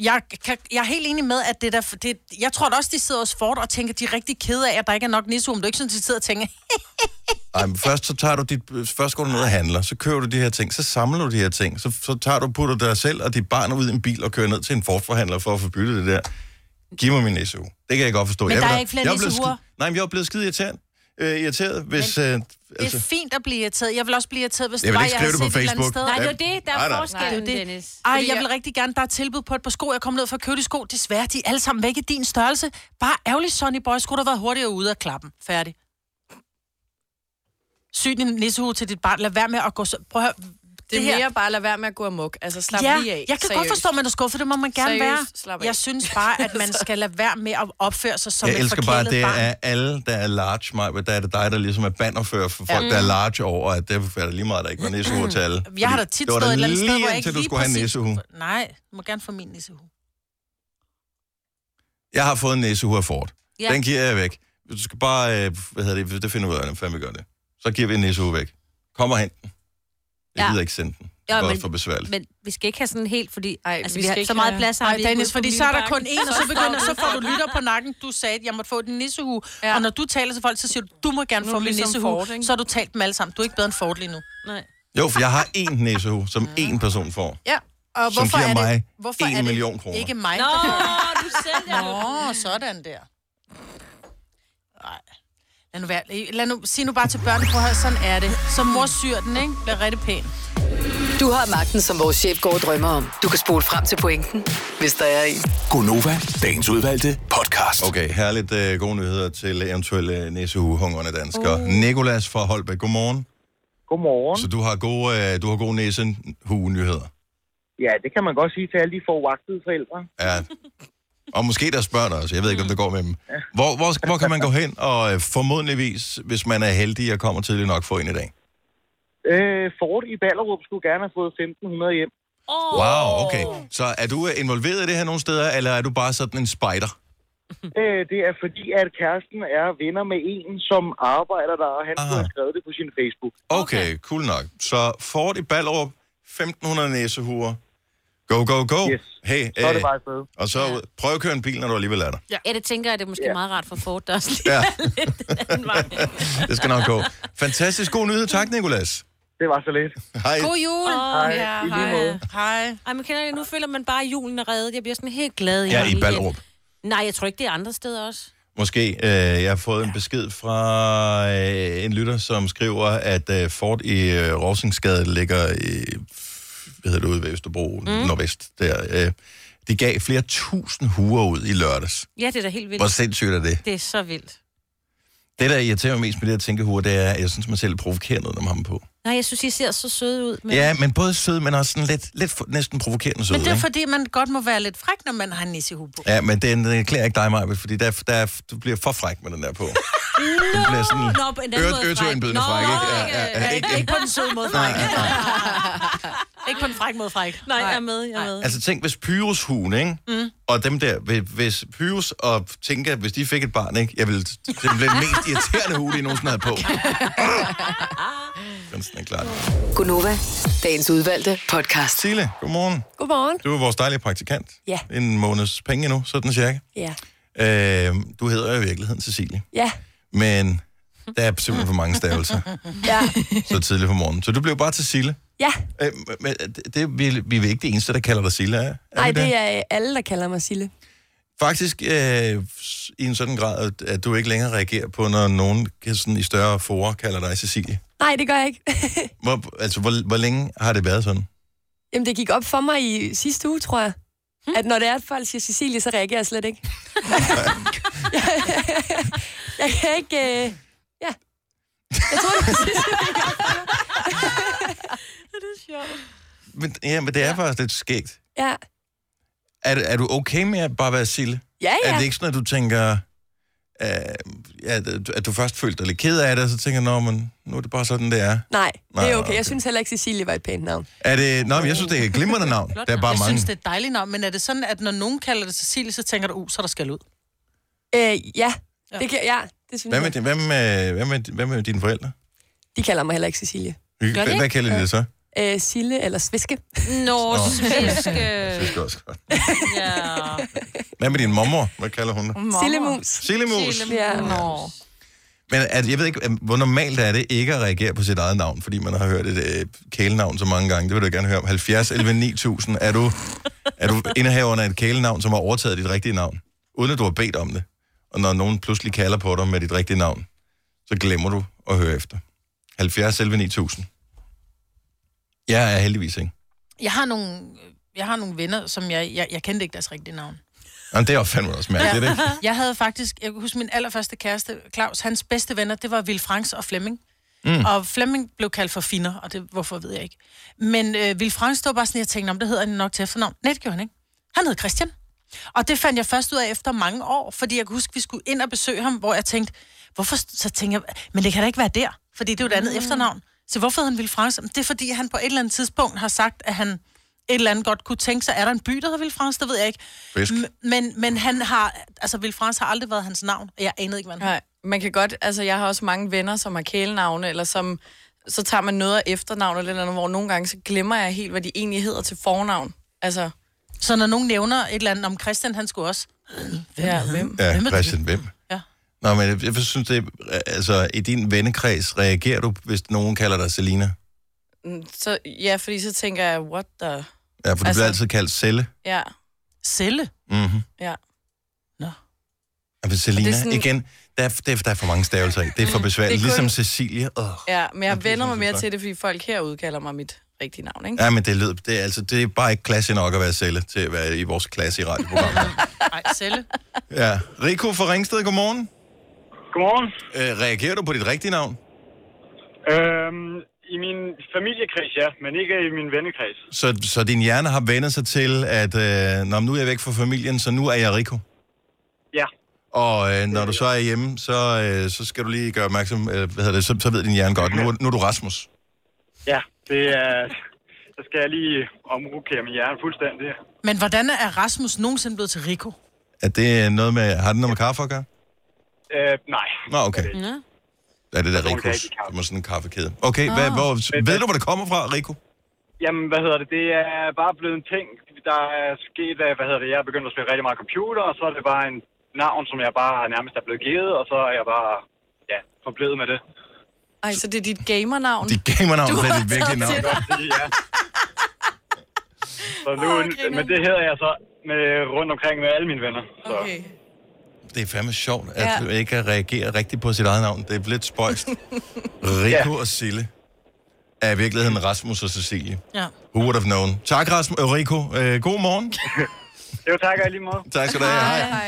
Speaker 3: Jeg, kan, jeg er helt enig med, at det der... Det, jeg tror da også, de sidder hos Ford og tænker, de er rigtig kede af, at der ikke er nok nissehuen. Det er jo ikke sådan, de sidder og tænker,
Speaker 1: Ej, men først så tager du dit, først går du ned og handler, så kører du de her ting, så samler du de her ting, så, så tager du, putter dig selv og dit barn ud i en bil og kører ned til en forforhandler for at få byttet det der. Giv mig min SU. Det kan jeg godt forstå.
Speaker 3: Men
Speaker 1: jeg
Speaker 3: der
Speaker 1: vil
Speaker 3: er
Speaker 1: da-
Speaker 3: ikke flere
Speaker 1: jeg er blevet
Speaker 3: nissehuer.
Speaker 1: skide- Nej, men jeg er blevet skide irriteret. Øh, irriteret hvis, men, øh,
Speaker 3: Det
Speaker 1: altså,
Speaker 3: er fint at blive irriteret. Jeg vil også blive irriteret, hvis
Speaker 1: Jeg
Speaker 3: det
Speaker 1: vil
Speaker 3: var,
Speaker 1: ikke
Speaker 3: jeg havde
Speaker 1: skrive
Speaker 3: set
Speaker 1: det på
Speaker 3: et eller andet
Speaker 1: Facebook.
Speaker 3: sted.
Speaker 4: Nej, det er jo det, der
Speaker 1: Nej,
Speaker 4: er
Speaker 1: nej.
Speaker 4: forskellen,
Speaker 3: Det er jo det.
Speaker 4: Dennis.
Speaker 3: Ej,
Speaker 2: Fordi
Speaker 3: jeg vil
Speaker 2: jeg-
Speaker 3: rigtig gerne. Der er tilbud på et par sko. Jeg kom ned for at købe de sko. Desværre, de er alle sammen væk i din størrelse. Bare ærgerlig, Sonny Boy. Skulle du have været hurtigere ude af klappen. Færdig. Syg din nissehue til dit barn. Lad være med at gå så... Prøv at høre.
Speaker 2: Det,
Speaker 3: Det
Speaker 2: er
Speaker 3: her-
Speaker 2: mere bare at lade være med at gå amok. Altså, slap
Speaker 3: ja,
Speaker 2: lige af.
Speaker 3: jeg kan godt
Speaker 2: Seriøst.
Speaker 3: forstå, at man er skuffet, det må man gerne
Speaker 2: Seriøst,
Speaker 3: være.
Speaker 2: slap af.
Speaker 3: Jeg synes bare, at man skal lade være med at opføre sig som
Speaker 1: jeg
Speaker 3: et
Speaker 1: elsker bare, at
Speaker 3: forkælet
Speaker 1: det
Speaker 3: barn.
Speaker 1: er alle, der er large, Maja, men der er det dig, der ligesom er bannerfører for folk, ja. der er large over, at det er der lige meget, der ikke var nissehue til alle.
Speaker 3: Mm. Jeg har da
Speaker 1: Fordi
Speaker 3: tit
Speaker 1: det var
Speaker 3: stået et eller andet
Speaker 1: lige
Speaker 3: sted, hvor jeg
Speaker 1: indtil
Speaker 3: ikke
Speaker 1: du
Speaker 3: lige
Speaker 1: skulle have en
Speaker 3: præcis-
Speaker 1: nissehue.
Speaker 3: Nej, du må gerne få min nissehue.
Speaker 1: Jeg har fået en nissehue af Ford.
Speaker 4: Ja.
Speaker 1: Ja. Den giver jeg væk. Du skal bare, øh, hvad hedder det, det finder vi ud af, hvordan fanden vi gør det. Så giver vi en nissehue væk. Kom og hent den. Jeg
Speaker 4: Ja.
Speaker 1: gider ikke sende den.
Speaker 4: Ja,
Speaker 1: Det var
Speaker 4: men-
Speaker 1: også for besværligt.
Speaker 4: Men vi skal ikke have sådan helt, fordi Ej,
Speaker 2: Ej,
Speaker 4: altså,
Speaker 2: vi
Speaker 4: vi, vi
Speaker 2: skal
Speaker 4: har
Speaker 2: ikke
Speaker 4: så meget
Speaker 2: have-
Speaker 4: plads har
Speaker 3: Nej,
Speaker 4: vi
Speaker 3: Dennis,
Speaker 4: ude på
Speaker 3: fordi så er der kun en,
Speaker 4: Mileparken.
Speaker 3: og så begynder, så får du lytter på nakken. Du sagde, at jeg måtte få den nissehue.
Speaker 2: Ja.
Speaker 3: Ja. Og når du taler til folk, så siger du, du må gerne
Speaker 2: Nu er
Speaker 3: få
Speaker 2: du
Speaker 3: min
Speaker 2: ligesom
Speaker 3: nissehue.
Speaker 2: Ford, ikke?
Speaker 3: så har du talt dem alle sammen. Du er ikke bedre end Ford lige nu.
Speaker 4: Nej.
Speaker 1: Jo, for jeg har én nissehue, som én person får.
Speaker 2: Ja.
Speaker 3: Og
Speaker 1: Som giver mig
Speaker 3: hvorfor
Speaker 1: en
Speaker 3: er det
Speaker 1: million kroner.
Speaker 3: Ikke mig.
Speaker 4: Nå, du sælger den.
Speaker 3: Nå, sådan der. Nej. Lad nu være. Lad nu, sig nu bare til børnene, prøv at høre, sådan er det. Så mor syr den, ikke? Bliver rigtig pæn.
Speaker 5: Du har magten, som vores chef går og drømmer om. Du kan spole frem til pointen, hvis der er en.
Speaker 6: Gonova, dagens udvalgte podcast. Okay.
Speaker 1: Okay, herligt øh, gode nyheder til eventuelle næsehugehungerne danskere. Uh. Nikolas fra Holbæk, godmorgen.
Speaker 7: Godmorgen.
Speaker 1: Så du har gode, øh, du har gode næsehugenyheder.
Speaker 7: Ja, det kan man godt sige til alle de forvagtede forældre.
Speaker 1: Ja. Og måske der spørger dig også, jeg ved ikke, om det går med dem. Hvor, hvor, hvor kan man gå hen og øh, formodentligvis, hvis man er heldig og kommer tidligt nok, få en i dag?
Speaker 7: Øh, Ford i Ballerup skulle gerne have fået 1.500 hjem.
Speaker 4: Åh.
Speaker 1: Wow, okay. Så er du øh, involveret i det her nogle steder, eller er du bare sådan en spider? Mm.
Speaker 7: Øh, det er fordi, at kæresten er venner med en, som arbejder der, og han
Speaker 1: Aha.
Speaker 7: skulle have skrevet det på sin Facebook.
Speaker 1: Okay, cool nok. Så Ford i Ballerup, 1.500 næsehuer. Go, go, go.
Speaker 7: Yes.
Speaker 1: Hey,
Speaker 7: Så er
Speaker 1: øh,
Speaker 7: det bare afsted.
Speaker 1: og så ud. prøv at køre en bil, når du alligevel er der.
Speaker 4: Ja, det tænker jeg, det er måske
Speaker 7: Ja.
Speaker 4: meget rart for Ford, der også lige
Speaker 1: Ja.
Speaker 4: ja. lidt den anden vej.
Speaker 1: Det skal nok gå. Fantastisk god nyhed. Tak, Nikolas.
Speaker 7: Det var så lidt.
Speaker 1: Hej.
Speaker 3: God jul!
Speaker 4: Åh,
Speaker 7: ja, i lige måde.
Speaker 3: Hej.
Speaker 4: Ej, men kender jeg, nu føler man bare, at julen er reddet. Jeg bliver sådan helt glad i
Speaker 1: Jeg er
Speaker 4: hele
Speaker 1: i Ballerup.
Speaker 4: Nej, jeg tror ikke, det er andre steder også.
Speaker 1: Måske. Øh, jeg har fået en besked fra øh, en lytter, som skriver, at øh, Ford i øh, Rosingsgade ligger i, hvad hedder det, ude ved Østerbro, mm. nordvest der. Øh, de gav flere tusind huer ud i lørdags.
Speaker 4: Ja, det er da helt vildt.
Speaker 1: Hvor sindssygt er det?
Speaker 4: Det er så vildt.
Speaker 1: Det, der irriterer mig mest med det at tænke huer, det er, at jeg synes, man selv provokerer noget, når man har dem på.
Speaker 4: Nej, jeg synes, I ser så søde ud. Men...
Speaker 1: Men... Ja, men både sød, men også sådan lidt, lidt for- næsten provokerende sød.
Speaker 3: Men det er
Speaker 1: ikke?
Speaker 3: fordi, man godt må være lidt fræk, når man har en nissehue på.
Speaker 1: Ja, men den, den klæder øh, ikke dig, Maja, fordi der, der, du bliver for fræk med den der på. Du bliver sådan
Speaker 4: Nå, på en anden måde fræk.
Speaker 1: øretøindbydende
Speaker 4: Nå,
Speaker 1: fræk, ikke? Ja,
Speaker 4: ikke,
Speaker 1: ja, ja, ikke, ikke.
Speaker 3: Ikke på den søde måde fræk. Ikke på den fræk måde fræk.
Speaker 4: Nej, jeg er med, jeg er med.
Speaker 1: Altså tænk, hvis Pyrus-huen, ikke? Mm. Og dem der, hvis- hvis Pyrus og Tinka, hvis de fik et barn, ikke? Jeg ville, det ville blive den mest irriterende hue, de nogensinde havde på. Sådan er klart.
Speaker 5: Gunova, dagens udvalgte podcast.
Speaker 1: Sile, godmorgen.
Speaker 8: Godmorgen.
Speaker 1: Du er vores dejlige praktikant.
Speaker 8: Ja.
Speaker 1: En måneds penge endnu, sådan cirka.
Speaker 8: Ja.
Speaker 1: Øh, du hedder jo i virkeligheden Cecilie,
Speaker 8: Ja.
Speaker 1: men der er simpelthen for mange stavelser
Speaker 8: Ja.
Speaker 1: så tidligt på morgenen. Så du blev bare til Sille.
Speaker 8: ja.
Speaker 1: Øh, men det, det, vi, vi er ikke det eneste, der kalder dig Silla, er, er
Speaker 8: Nej,
Speaker 1: vi
Speaker 8: det er øh, alle, der kalder mig Sille.
Speaker 1: Faktisk øh, s- i en sådan grad, at- at du ikke længere reagerer på, når nogen kan sådan, i større forer kalder dig Cecilie.
Speaker 8: Nej, det gør jeg ikke.
Speaker 1: Hvor, altså, hvor, hvor længe har det været sådan?
Speaker 8: Jamen, det gik op for mig i sidste uge, tror jeg. At når det er, at folk siger Cecilie, så reagerer jeg slet ikke. jeg kan ikke... Øh... Ja. Jeg tror, det var sidste
Speaker 1: Men, ja, men det er ja. faktisk lidt skægt.
Speaker 8: Ja.
Speaker 1: Er, er du okay med at bare være Sille?
Speaker 8: Ja,
Speaker 1: Er det
Speaker 8: ja.
Speaker 1: ikke sådan, at du tænker, øh, at, at du først følte dig lidt ked af det, og så tænker, nå, men nu er det bare sådan, det er.
Speaker 8: Nej, det
Speaker 1: Nej,
Speaker 8: er
Speaker 1: okay.
Speaker 8: okay. Jeg synes heller ikke, Cecilie var et pænt navn.
Speaker 1: er det, nå, men jeg synes, det er et glimrende navn. Der er bare
Speaker 3: Jeg
Speaker 1: mange.
Speaker 3: synes, det er et dejligt navn, men er det sådan, at når nogen kalder det Cecilie, så tænker du, uh, så er der skal ud?
Speaker 8: Øh, ja. Det kan, ja, det synes
Speaker 1: Hvad med,
Speaker 8: jeg.
Speaker 1: din- hvad, med, hvad, med, hvad med dine forældre?
Speaker 8: De kalder mig heller ikke Cecilie.
Speaker 1: Hvad,
Speaker 4: det?
Speaker 1: hvad kalder de det så?
Speaker 8: Øh, Sille eller Sviske.
Speaker 4: Nå,
Speaker 1: Nå.
Speaker 4: svenske.
Speaker 1: Det skal også godt.
Speaker 4: Ja.
Speaker 1: Hvad med din mormor? Hvad kalder hun dig?
Speaker 9: Mm.
Speaker 8: Sille Mus.
Speaker 1: Sillemus.
Speaker 8: Ja.
Speaker 3: Nå.
Speaker 1: Men at, jeg ved ikke, at, hvor normalt er det ikke at reagere på sit eget navn, fordi man har hørt et øh, kælenavn så mange gange. Det vil du gerne høre om. 70, 11, 9000. Er du, er du indehaveren af et kælenavn, som har overtaget dit rigtige navn, uden at du har bedt om det? Og når nogen pludselig kalder på dig med dit rigtige navn, så glemmer du at høre efter. 70, 11, 9000. Jeg er heldigvis ikke.
Speaker 3: Jeg har nogle, øh, jeg har nogle venner, som jeg, jeg, jeg kendte ikke deres rigtige navn.
Speaker 1: Jamen, det er jo fandme også mærkeligt, ikke?
Speaker 3: Jeg havde faktisk, jeg kan huske min allerførste kæreste, Claus, hans bedste venner, det var Ville Franks og Flemming. Mm. Og Flemming blev kaldt for Finner, og det, hvorfor ved jeg ikke. Men øh, Ville Frank stod bare sådan, jeg tænkte, om det hedder han nok til efternavn. Nej, det gjorde han ikke. Han hed Christian. Og det fandt jeg først ud af efter mange år, fordi jeg kan huske, vi skulle ind og besøge ham, hvor jeg tænkte, hvorfor, så tænker jeg, men det kan da ikke være der, fordi det er jo et andet mm. efternavn. Så hvorfor hed han Ville Frank? Det er fordi, han på et eller andet tidspunkt har sagt, at han et eller andet godt kunne tænke sig, er der en by, der hedder Ville Frans? Det ved jeg ikke.
Speaker 1: Fisk.
Speaker 3: M- Men, men han har, altså Ville Frans har aldrig været hans navn, og jeg anede ikke, hvad han
Speaker 2: Nej, man kan godt, altså jeg har også mange venner, som har kælenavne, eller som, så tager man noget af efternavn eller et eller andet, hvor nogle gange, så glemmer jeg helt, hvad de egentlig hedder til fornavn. Altså,
Speaker 3: Så når nogen nævner et eller andet om Christian, han skulle også... Hvem
Speaker 2: ja,
Speaker 3: er han?
Speaker 2: hvem?
Speaker 3: Hvem
Speaker 1: Ja,
Speaker 3: er det?
Speaker 1: Christian, hvem?
Speaker 3: Ja.
Speaker 1: Nå, men jeg, jeg synes, det er- altså, i din vennekreds reagerer du, hvis nogen kalder dig Selina.
Speaker 2: Mm, Så, ja, fordi så tænker jeg, what the...
Speaker 1: Ja, for du
Speaker 2: Altså-
Speaker 1: bliver altid kaldt Selle.
Speaker 2: Ja,
Speaker 3: Celle.
Speaker 1: Mm-hmm.
Speaker 2: ja.
Speaker 1: Ja, for Selina,
Speaker 2: Og det er sådan-
Speaker 1: sådan...
Speaker 2: Mm.
Speaker 1: igen, der er, det er, der er for mange stavelser i. Det er for besværligt.
Speaker 2: Det er kun-
Speaker 1: Ligesom Cecilie. Oh.
Speaker 2: Ja, men
Speaker 1: Okay,
Speaker 2: jeg vender
Speaker 1: så
Speaker 2: mig
Speaker 1: er det
Speaker 2: mere
Speaker 1: flot.
Speaker 2: til det, fordi folk herude kalder mig mit rigtige navn, ikke?
Speaker 1: Ja, men det, lød, det, er, altså, det er bare ikke klasse nok at være Selle til at være i vores klasse i radioprogrammet.
Speaker 3: Nej, Celle.
Speaker 1: ja. Rico fra Ringsted, godmorgen.
Speaker 10: Godmorgen.
Speaker 1: Øh, reagerer du på dit rigtige navn?
Speaker 10: Øhm, I min familiekreds, ja, men ikke i min vennekreds.
Speaker 1: Så, så din hjerne har vendt sig til, at øh, når nu er jeg væk fra familien, så nu er jeg Rico.
Speaker 10: Ja.
Speaker 1: Og øh, når du så er hjemme, så, øh, så skal du lige gøre opmærksom, øh, hvad hedder det, så, så ved din hjerne godt, nu, er- nu er du Rasmus.
Speaker 10: Ja, det er... Så skal jeg lige omrokere min hjerne fuldstændig.
Speaker 3: Men hvordan er Rasmus nogensinde blevet til Rico?
Speaker 1: Er det noget med, har det noget med kaffe at gøre?
Speaker 10: Øh, nej.
Speaker 1: Nå, okay.
Speaker 4: Nå.
Speaker 1: Er det der
Speaker 10: tror, det er
Speaker 1: Ricos?
Speaker 10: rigtig kaffe.
Speaker 1: Det må sådan en kaffekæde. Okay, hvad, hvor, ved du, hvor det kommer fra, Rico?
Speaker 10: Jamen, hvad hedder det? Det er bare blevet en ting. Der er sket, at, hvad hedder det, jeg er begyndt at spille rigtig meget computer, og så er det bare en navn, som jeg bare nærmest er blevet givet, og så er jeg bare, ja, forblevet med det.
Speaker 2: Ej, så det er dit gamernavn?
Speaker 1: Dit gamernavn,
Speaker 2: Du
Speaker 1: det er
Speaker 2: har
Speaker 1: dit virkelige
Speaker 2: taget
Speaker 1: navn.
Speaker 2: til
Speaker 10: ja. Så nu,
Speaker 2: Åh, griner.
Speaker 10: men det hedder jeg så med, rundt omkring med alle mine venner. Så.
Speaker 2: Okay.
Speaker 1: Det er fandme sjovt, at ja.
Speaker 2: Ja.
Speaker 1: du ikke kan reagere rigtigt på sit eget navn. Det er lidt spøjst. Rico ja. og Sille er i virkeligheden Rasmus og Cecilie.
Speaker 3: Ja.
Speaker 1: Who would have known? Tak, Rasmus. Øh, Rico, øh, god morgen.
Speaker 10: Jo, tak og i lige måde.
Speaker 1: tak skal du have. Hej.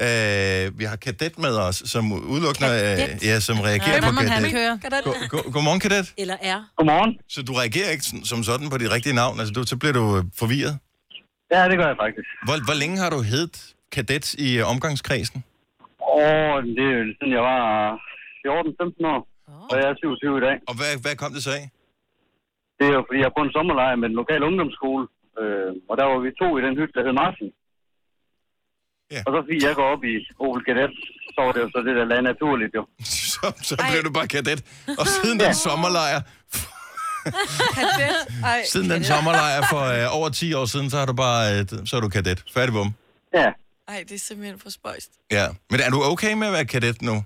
Speaker 2: Hej.
Speaker 1: Øh, vi har Kadet med os, som udelukkende øh, ja, som reagerer
Speaker 3: Hvordan
Speaker 1: på
Speaker 3: må han
Speaker 1: Kadet.
Speaker 3: køre?
Speaker 1: Go- go- Godmorgen, Kadet.
Speaker 4: Eller er.
Speaker 10: Godmorgen.
Speaker 1: Så du reagerer ikke sådan- som sådan på dit rigtige navn? Altså, du, så bliver du øh, forvirret.
Speaker 10: Ja, det gør jeg faktisk.
Speaker 1: Hvor, hvor længe har du heddet Kadet i øh, omgangskredsen?
Speaker 10: Åh, det er jo siden jeg var 14-15 år, og jeg er 27 i dag.
Speaker 1: Og hvad, hvad kom det så af?
Speaker 10: Det er jo, fordi jeg er på en sommerlejr med en lokal ungdomsskole, øh, og der var vi to i den hytte, der hed Martin.
Speaker 1: Ja.
Speaker 10: Ja. Og så fordi jeg går op i Opel Kadett, så var det jo så det der land naturligt jo.
Speaker 1: så, så blev du bare kadet. Og siden den sommerlejr,
Speaker 2: Kadet. Ej.
Speaker 1: siden den sommerlejr for øh, over 10 år siden, så har du bare øh, så er du kadet. Færdig bum.
Speaker 10: Ja,
Speaker 2: Ej, det er simpelthen for spøjst.
Speaker 1: Ja. Men er du okay med at være kadet nu?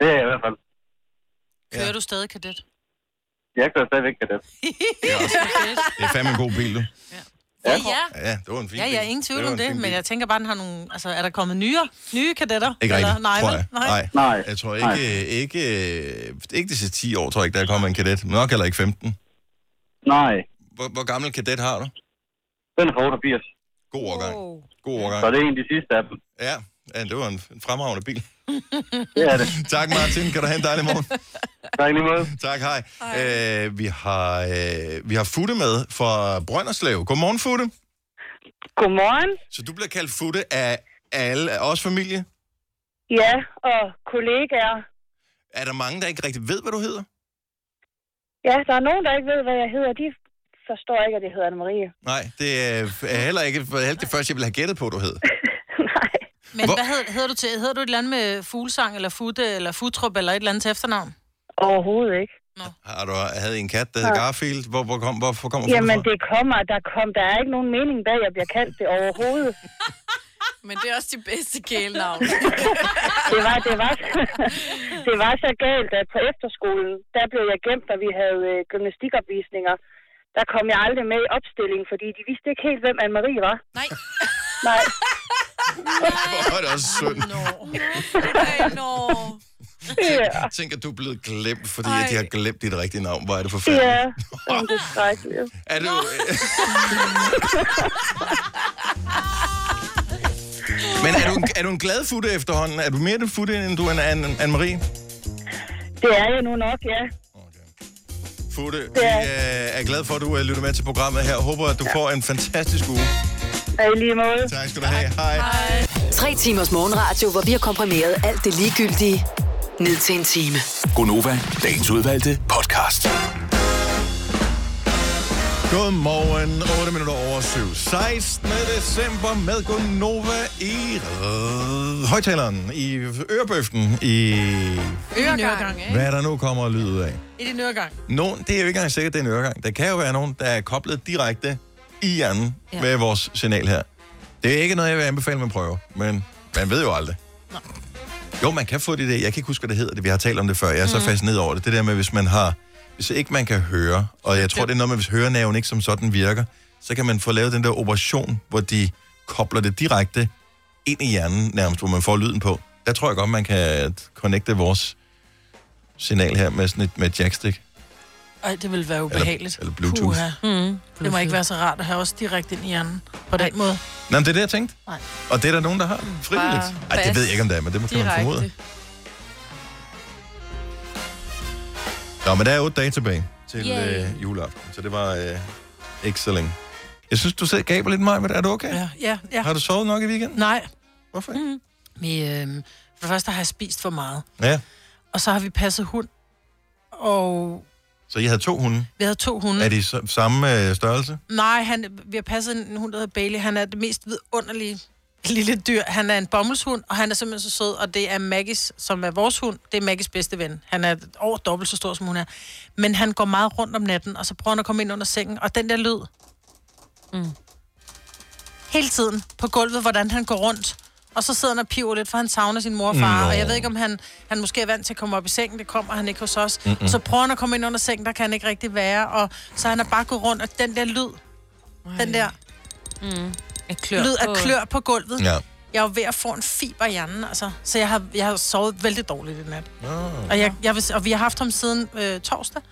Speaker 10: det er jeg i hvert fald.
Speaker 3: Kører du stadig kadet?
Speaker 10: Jeg kører stadigvæk kadet.
Speaker 1: Det er fandme en god bil, du.
Speaker 4: Ja, ja.
Speaker 1: Ja, det var en fin
Speaker 3: Ja,
Speaker 1: bil.
Speaker 3: ja, ingen tvivl
Speaker 1: var
Speaker 3: om
Speaker 1: en
Speaker 3: det,
Speaker 1: fin
Speaker 3: men
Speaker 1: bil.
Speaker 3: jeg tænker bare, den har nogle... Altså, er der kommet nyere, nye kadetter?
Speaker 1: Ikke rigtigt,
Speaker 3: nej,
Speaker 1: tror
Speaker 3: vel?
Speaker 1: jeg.
Speaker 3: Nej.
Speaker 1: Nej.
Speaker 10: Nej.
Speaker 1: Jeg tror ikke, øh, ikke, øh, ikke de sidste 10 år, tror jeg ikke, der er kommet en kadet. Men nok heller ikke 15.
Speaker 10: Nej,
Speaker 1: Hvor, hvor gammel kadet har du?
Speaker 10: den er fra 88,
Speaker 1: God årgang.
Speaker 4: Wow.
Speaker 1: God
Speaker 10: så
Speaker 1: årgang.
Speaker 10: det er en af de sidste af dem.
Speaker 1: Ja, ja det var en, en fremragende bil.
Speaker 10: Det er det.
Speaker 1: Tak, Martin. Kan du have en dejlig morgen.
Speaker 10: Tak i lige måde.
Speaker 1: Tak, hej. Øh, vi, har, øh, vi har Futte med fra Brønderslev. Godmorgen, Futte.
Speaker 11: Godmorgen.
Speaker 1: Så du bliver kaldt Futte af alle, af os familie.
Speaker 11: Ja, og kollegaer.
Speaker 1: Er der mange, der ikke rigtig ved, hvad du hedder?
Speaker 11: Ja, der er nogen, der ikke ved, hvad jeg hedder. De forstår ikke, at jeg hedder Anne-Marie.
Speaker 1: Nej, det er er heller ikke for heller det første, jeg ville have gættet på, du hed.
Speaker 11: Nej.
Speaker 3: Men
Speaker 1: Hvor-
Speaker 3: hvad hedder, hedder du til? Hedder du et eller andet med fuglesang, eller futte, eller futrup, eller et eller andet til efternavn?
Speaker 11: Overhovedet ikke.
Speaker 1: Har du havde I en kat, der hed Garfield? Hvor, hvor kom, hvorfor kommer Futte
Speaker 11: Jamen,
Speaker 1: fra?
Speaker 11: det kommer. Der, kom, der er ikke nogen mening bag, at jeg bliver kaldt det overhovedet.
Speaker 2: Men det er også de bedste kælenavn.
Speaker 11: Det var, det var, det var så galt, at på efterskolen, der blev jeg gemt, da vi havde øh, gymnastikopvisninger. Der kom jeg aldrig med i opstillingen, fordi de vidste ikke helt, hvem Anne-Marie var.
Speaker 2: Nej.
Speaker 11: Nej.
Speaker 1: Hvor er det også synd.
Speaker 2: Ej, no.
Speaker 11: Ja,
Speaker 1: Tænk, at du er blevet glemt, fordi
Speaker 2: Ej.
Speaker 1: at de har glemt dit rigtige navn. Hvor er det forfærdeligt.
Speaker 11: ja. Jamen, det er skrækkeligt.
Speaker 1: Er du... Men er du, en, er du en glad futte efterhånden? Er du mere den futte, end du er en Anne-Marie?
Speaker 9: Det er jeg nu nok, ja.
Speaker 1: Futte, vi øh, er glade for, at du øh, lytter med til programmet her. Håber, at du får en fantastisk uge.
Speaker 9: Og i lige måde.
Speaker 1: Tak skal du have. Hej. Hej.
Speaker 5: Tre timers morgenradio, hvor vi har komprimeret alt det ligegyldige ned til en time.
Speaker 6: Gonova, dagens udvalgte podcast.
Speaker 1: Godmorgen, 8 minutter over 7. 16. december med Gunova i øh, højtaleren, i ørebøften, i...
Speaker 3: Øregang, ikke?
Speaker 1: Hvad der nu kommer lyd ud af.
Speaker 3: I din øregang.
Speaker 1: Nogen, det er jo ikke engang sikkert, det er en øregang. Der kan jo være nogen, der er koblet direkte i hjernen
Speaker 3: Ja.
Speaker 1: ja. med vores signal her. Det er ikke noget, jeg vil anbefale, man prøver, men man ved jo aldrig. Jo, man kan få det der. Jeg kan ikke huske, hvad det hedder det. Vi har talt om det før. Jeg er så
Speaker 12: Mhm.
Speaker 1: fascineret over det. Det der med, hvis man har... Hvis ikke man kan høre, og jeg tror, det er noget med, hvis hørenaven ikke som sådan virker, så kan man få lavet den der operation, hvor de kobler det direkte ind i hjernen nærmest, hvor man får lyden på. Der tror jeg godt, man kan connecte vores signal her med sådan et med et jackstick.
Speaker 3: Ej, det ville være ubehageligt.
Speaker 1: eller Bluetooth.
Speaker 3: Mm. Det må ikke være så rart at have også direkte ind i hjernen på den måde.
Speaker 1: Nå, men det er det, jeg tænkte.
Speaker 3: Nej.
Speaker 1: Og det er der nogen, der har frivilligt.
Speaker 3: Bare
Speaker 1: Ej, det
Speaker 3: fast.
Speaker 1: ved jeg ikke, om det er, men det må kan man formode. Nå, men der er otte dage tilbage til
Speaker 3: Yay.
Speaker 1: øh, juleaften, så det var øh, ikke så længe. Jeg synes, du sidder og gaber lidt meget, men er du okay?
Speaker 3: Ja, ja, ja.
Speaker 1: Har du sovet nok i weekenden?
Speaker 3: Nej.
Speaker 1: Hvorfor
Speaker 3: ikke? Mm. Vi, øh, for det første har jeg spist for meget.
Speaker 1: Ja,
Speaker 3: Og så har vi passet hund. Og
Speaker 1: så I havde to hunde.
Speaker 3: vi havde to hunde.
Speaker 1: Er de så, samme øh, størrelse?
Speaker 3: Nej, han, vi har passet en hund, der hedder Bailey. Han er det mest vidunderlige lille dyr. Han er en bommelshund, og han er simpelthen så sød. Og det er Maggis, som er vores hund. Det er Maggis bedste ven. Han er over dobbelt så stor, som hun er. Men han går meget rundt om natten, og så prøver han at komme ind under sengen. Og den der lyd... Mm. Hele tiden på gulvet, hvordan han går rundt. Og så sidder han og piver lidt, for han savner sin mor og far.
Speaker 13: Nå.
Speaker 3: Og jeg ved ikke, om han, han måske er vant til at komme op i sengen. Det kommer han ikke hos os.
Speaker 13: Mm-mm.
Speaker 3: Mm-mm. Så prøver han at komme ind under sengen, der kan han ikke rigtig være. Og så han er bare gået rundt, og den der lyd, den der
Speaker 4: Mm. Et klør
Speaker 3: klør lyd af
Speaker 4: på-
Speaker 3: klør på gulvet.
Speaker 1: Ja.
Speaker 3: Jeg er jo ved at få en fiber i hjernen, altså. Så jeg har, jeg har sovet vældig dårligt i nat.
Speaker 1: Oh.
Speaker 3: Og, jeg, jeg vil, s- og vi har haft ham siden øh, torsdag,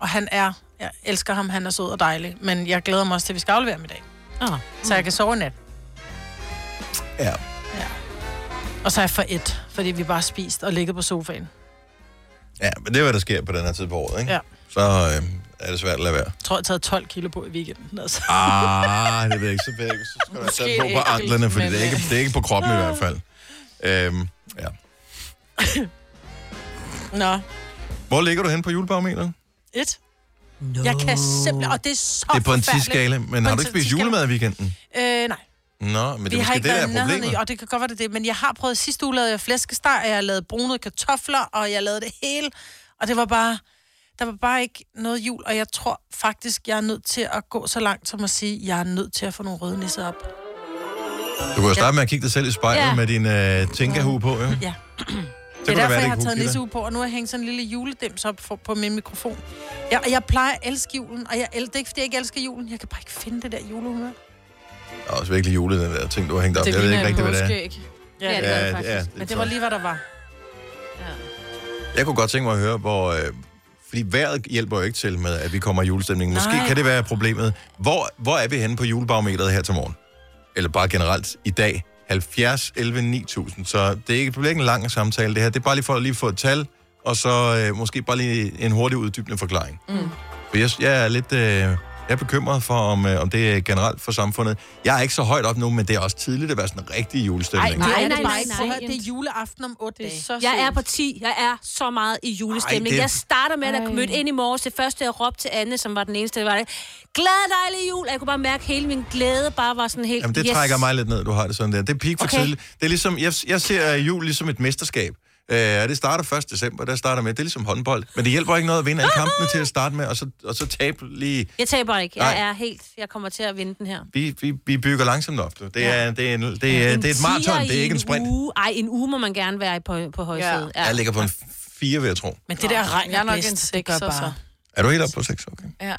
Speaker 3: og han er, jeg elsker ham, han er sød og dejlig, men jeg glæder mig også til, at vi skal aflevere ham i dag.
Speaker 4: Ah.
Speaker 3: Så jeg kan sove i nat.
Speaker 1: Ja.
Speaker 3: Og så er jeg for et, fordi vi bare har spist og ligget på sofaen.
Speaker 1: Ja, men det er, hvad der sker på den her tid på året, ikke?
Speaker 3: Ja.
Speaker 1: Så øh, er det svært at lade være.
Speaker 3: Jeg tror, jeg har taget 12 kilo på i weekenden. Altså.
Speaker 1: Ah, det ved jeg ikke. Så, ved jeg, ikke. så skal du
Speaker 3: Måske
Speaker 1: sætte på på
Speaker 3: ikke,
Speaker 1: anklerne, fordi
Speaker 3: men,
Speaker 1: det er, ikke,
Speaker 3: øh.
Speaker 1: det er ikke på kroppen i hvert fald. Øhm, ja.
Speaker 3: Nå,
Speaker 1: Hvor ligger du hen på julebarometeret?
Speaker 3: et. No. Jeg kan simpelthen, og det er så
Speaker 1: det er på en
Speaker 3: forfærdeligt.
Speaker 1: 10-skala, men
Speaker 3: På
Speaker 1: har
Speaker 3: en
Speaker 1: du ikke spist
Speaker 3: 10-skala?
Speaker 1: julemad i weekenden?
Speaker 3: Øh, nej.
Speaker 1: Nå, men det
Speaker 3: vi
Speaker 1: er
Speaker 3: har
Speaker 1: måske det,
Speaker 3: ikke
Speaker 1: der er
Speaker 3: været i nærheden
Speaker 1: problemet.
Speaker 3: i- og det kan godt være det, er det, men jeg har prøvet sidste uge, lavede jeg flæskesteg, og jeg lavede brune kartofler, og jeg lavede det hele, og det var bare, der var bare ikke noget jul, og jeg tror faktisk, jeg er nødt til at gå så langt som at sige, jeg er nødt til at få nogle røde nisser op.
Speaker 1: Du kunne jo starte med at kigge dig selv i spejlet
Speaker 3: Ja.
Speaker 1: ja. med din øh, tænkerhue på, jo.
Speaker 3: Ja.
Speaker 1: Så
Speaker 3: Det er
Speaker 1: kunne
Speaker 3: derfor,
Speaker 1: det være,
Speaker 3: jeg
Speaker 1: det
Speaker 3: har
Speaker 1: kunne
Speaker 3: taget
Speaker 1: give dig.
Speaker 3: nisseuge på, og nu har jeg hængt sådan en lille juledems op for, på min mikrofon. Jeg, og jeg plejer at elske julen, og jeg, el- det er ikke, fordi jeg ikke elsker julen. Jeg kan bare ikke finde det der julehumør.
Speaker 1: Det er også virkelig julet, den der ting, du har hængt op. jeg ved ikke rigtig, hvad det er.
Speaker 3: Ja, det
Speaker 1: Ja,
Speaker 3: var det
Speaker 1: det-
Speaker 3: faktisk.
Speaker 1: ja, det
Speaker 3: Men det
Speaker 1: tror
Speaker 3: var
Speaker 1: jeg.
Speaker 3: lige, hvad der var.
Speaker 1: Jeg kunne godt tænke mig at høre, hvor... Øh, fordi vejret hjælper jo ikke til med, at vi kommer i julestemningen. Måske
Speaker 3: Nej.
Speaker 1: Nej. kan det være problemet. Hvor, hvor er vi henne på julebarometeret her til morgen? Eller bare generelt i dag. 70, 11, 9000. Så det, er ikke, det bliver ikke en lang samtale, det her. Det er bare lige for at lige få et tal, og så øh, måske bare lige en hurtig uddybende forklaring.
Speaker 14: Mm.
Speaker 1: For jeg, jeg er lidt... Øh, jeg er bekymret for, om, øh, om det er generelt for samfundet. Jeg er ikke så højt op nu, men det er også tidligt at være sådan en rigtig julestemning.
Speaker 3: Nej,
Speaker 4: Nej,
Speaker 3: det er
Speaker 4: nej,
Speaker 3: det
Speaker 4: nej,
Speaker 3: bare ikke. Prøv at høre,
Speaker 4: nej.
Speaker 3: Det er juleaften om 8 dage.
Speaker 4: Jeg er på 10. Jeg er så meget i julestemning.
Speaker 1: Ej,
Speaker 4: Ej,
Speaker 1: det-
Speaker 4: Jeg starter med, at jeg kom mødt ind i morges. Det første, jeg råbte til Anne, som var den eneste, det var det. Glad dejlig jul! Og Jeg kunne bare mærke, at hele min glæde bare var sådan helt...
Speaker 1: Jamen, det yes. trækker mig lidt ned, du har det sådan der. Det er peak for
Speaker 4: Okay.
Speaker 1: okay. tidligt. Det er ligesom, jeg, jeg ser øh, jul ligesom et mesterskab. Øh, og det starter 1. december, der starter med, det er ligesom håndbold. Men det hjælper ikke noget at vinde alle kampene til at starte med, og så, og så tabe lige...
Speaker 4: Jeg taber ikke. Jeg
Speaker 1: Nej.
Speaker 4: er helt... Jeg kommer til at vinde den her.
Speaker 1: Vi, vi, vi bygger langsomt op. du. Det er, ja. det er, en, det er,
Speaker 4: En
Speaker 1: det er et maraton,
Speaker 4: tier
Speaker 1: det
Speaker 4: i
Speaker 1: er ikke en sprint.
Speaker 4: Uge. Ej, en uge må man gerne være i på, på højsædet.
Speaker 1: Ja. Jeg ligger på en 4, vil jeg tro.
Speaker 3: Men det der regn
Speaker 2: Jeg er nok
Speaker 3: bedst.
Speaker 2: en
Speaker 3: Det gør
Speaker 2: sekser,
Speaker 3: bare-
Speaker 2: så.
Speaker 1: Er du helt oppe på 6? Okay.
Speaker 2: Ja.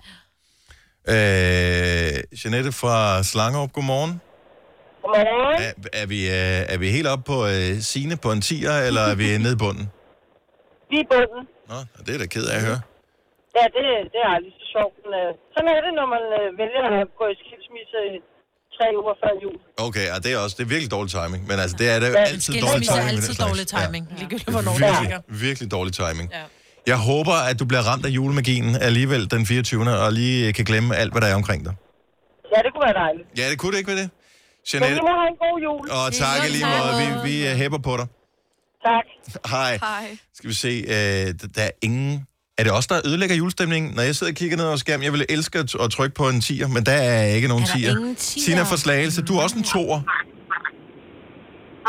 Speaker 1: Øh, Jeanette fra Slangerup, godmorgen.
Speaker 9: Godmorgen.
Speaker 1: Er, er, vi, øh, er vi helt oppe på øh, Sine på en 10'er, eller er vi nede i bunden?
Speaker 9: Vi er bunden.
Speaker 1: Nå, det er da ked af at høre.
Speaker 9: Ja, det, det er aldrig så sjovt. Men, øh, sådan er det, når man øh, vælger at gå i skilsmisse i tre uger før jul.
Speaker 1: Okay, og det er også det er virkelig dårlig timing, men altså det er det jo
Speaker 9: Ja,
Speaker 1: altid dårlig timing.
Speaker 3: Skilsmisse er
Speaker 1: med den
Speaker 3: altid
Speaker 1: slags.
Speaker 3: dårlig timing. Ja. Ligegyldigt, hvornår
Speaker 1: Ja,
Speaker 3: det ligger.
Speaker 1: virkelig, virkelig dårlig timing. Ja. Jeg håber, at du bliver ramt af julemagien alligevel den 24. og lige øh, kan glemme alt, hvad der er omkring dig.
Speaker 9: Ja, det kunne være dejligt.
Speaker 1: Ja, det kunne det ikke være det.
Speaker 9: Men
Speaker 1: Jeanette,
Speaker 9: I må have en god jul.
Speaker 1: og tak i lige måde. Vi, vi øh, hæpper på dig.
Speaker 9: Tak.
Speaker 1: Hej.
Speaker 2: Hej.
Speaker 1: Skal vi se, øh, d- der er ingen... Er det også der ødelægger julestemningen? Når jeg sidder og kigger ned over skærmen, jeg ville elske at, at trykke på en 10'er, men der er ikke nogen
Speaker 4: Er der
Speaker 1: 10'er.
Speaker 4: ingen tier?
Speaker 1: Tina fra Slagelse, du er også en 2'er.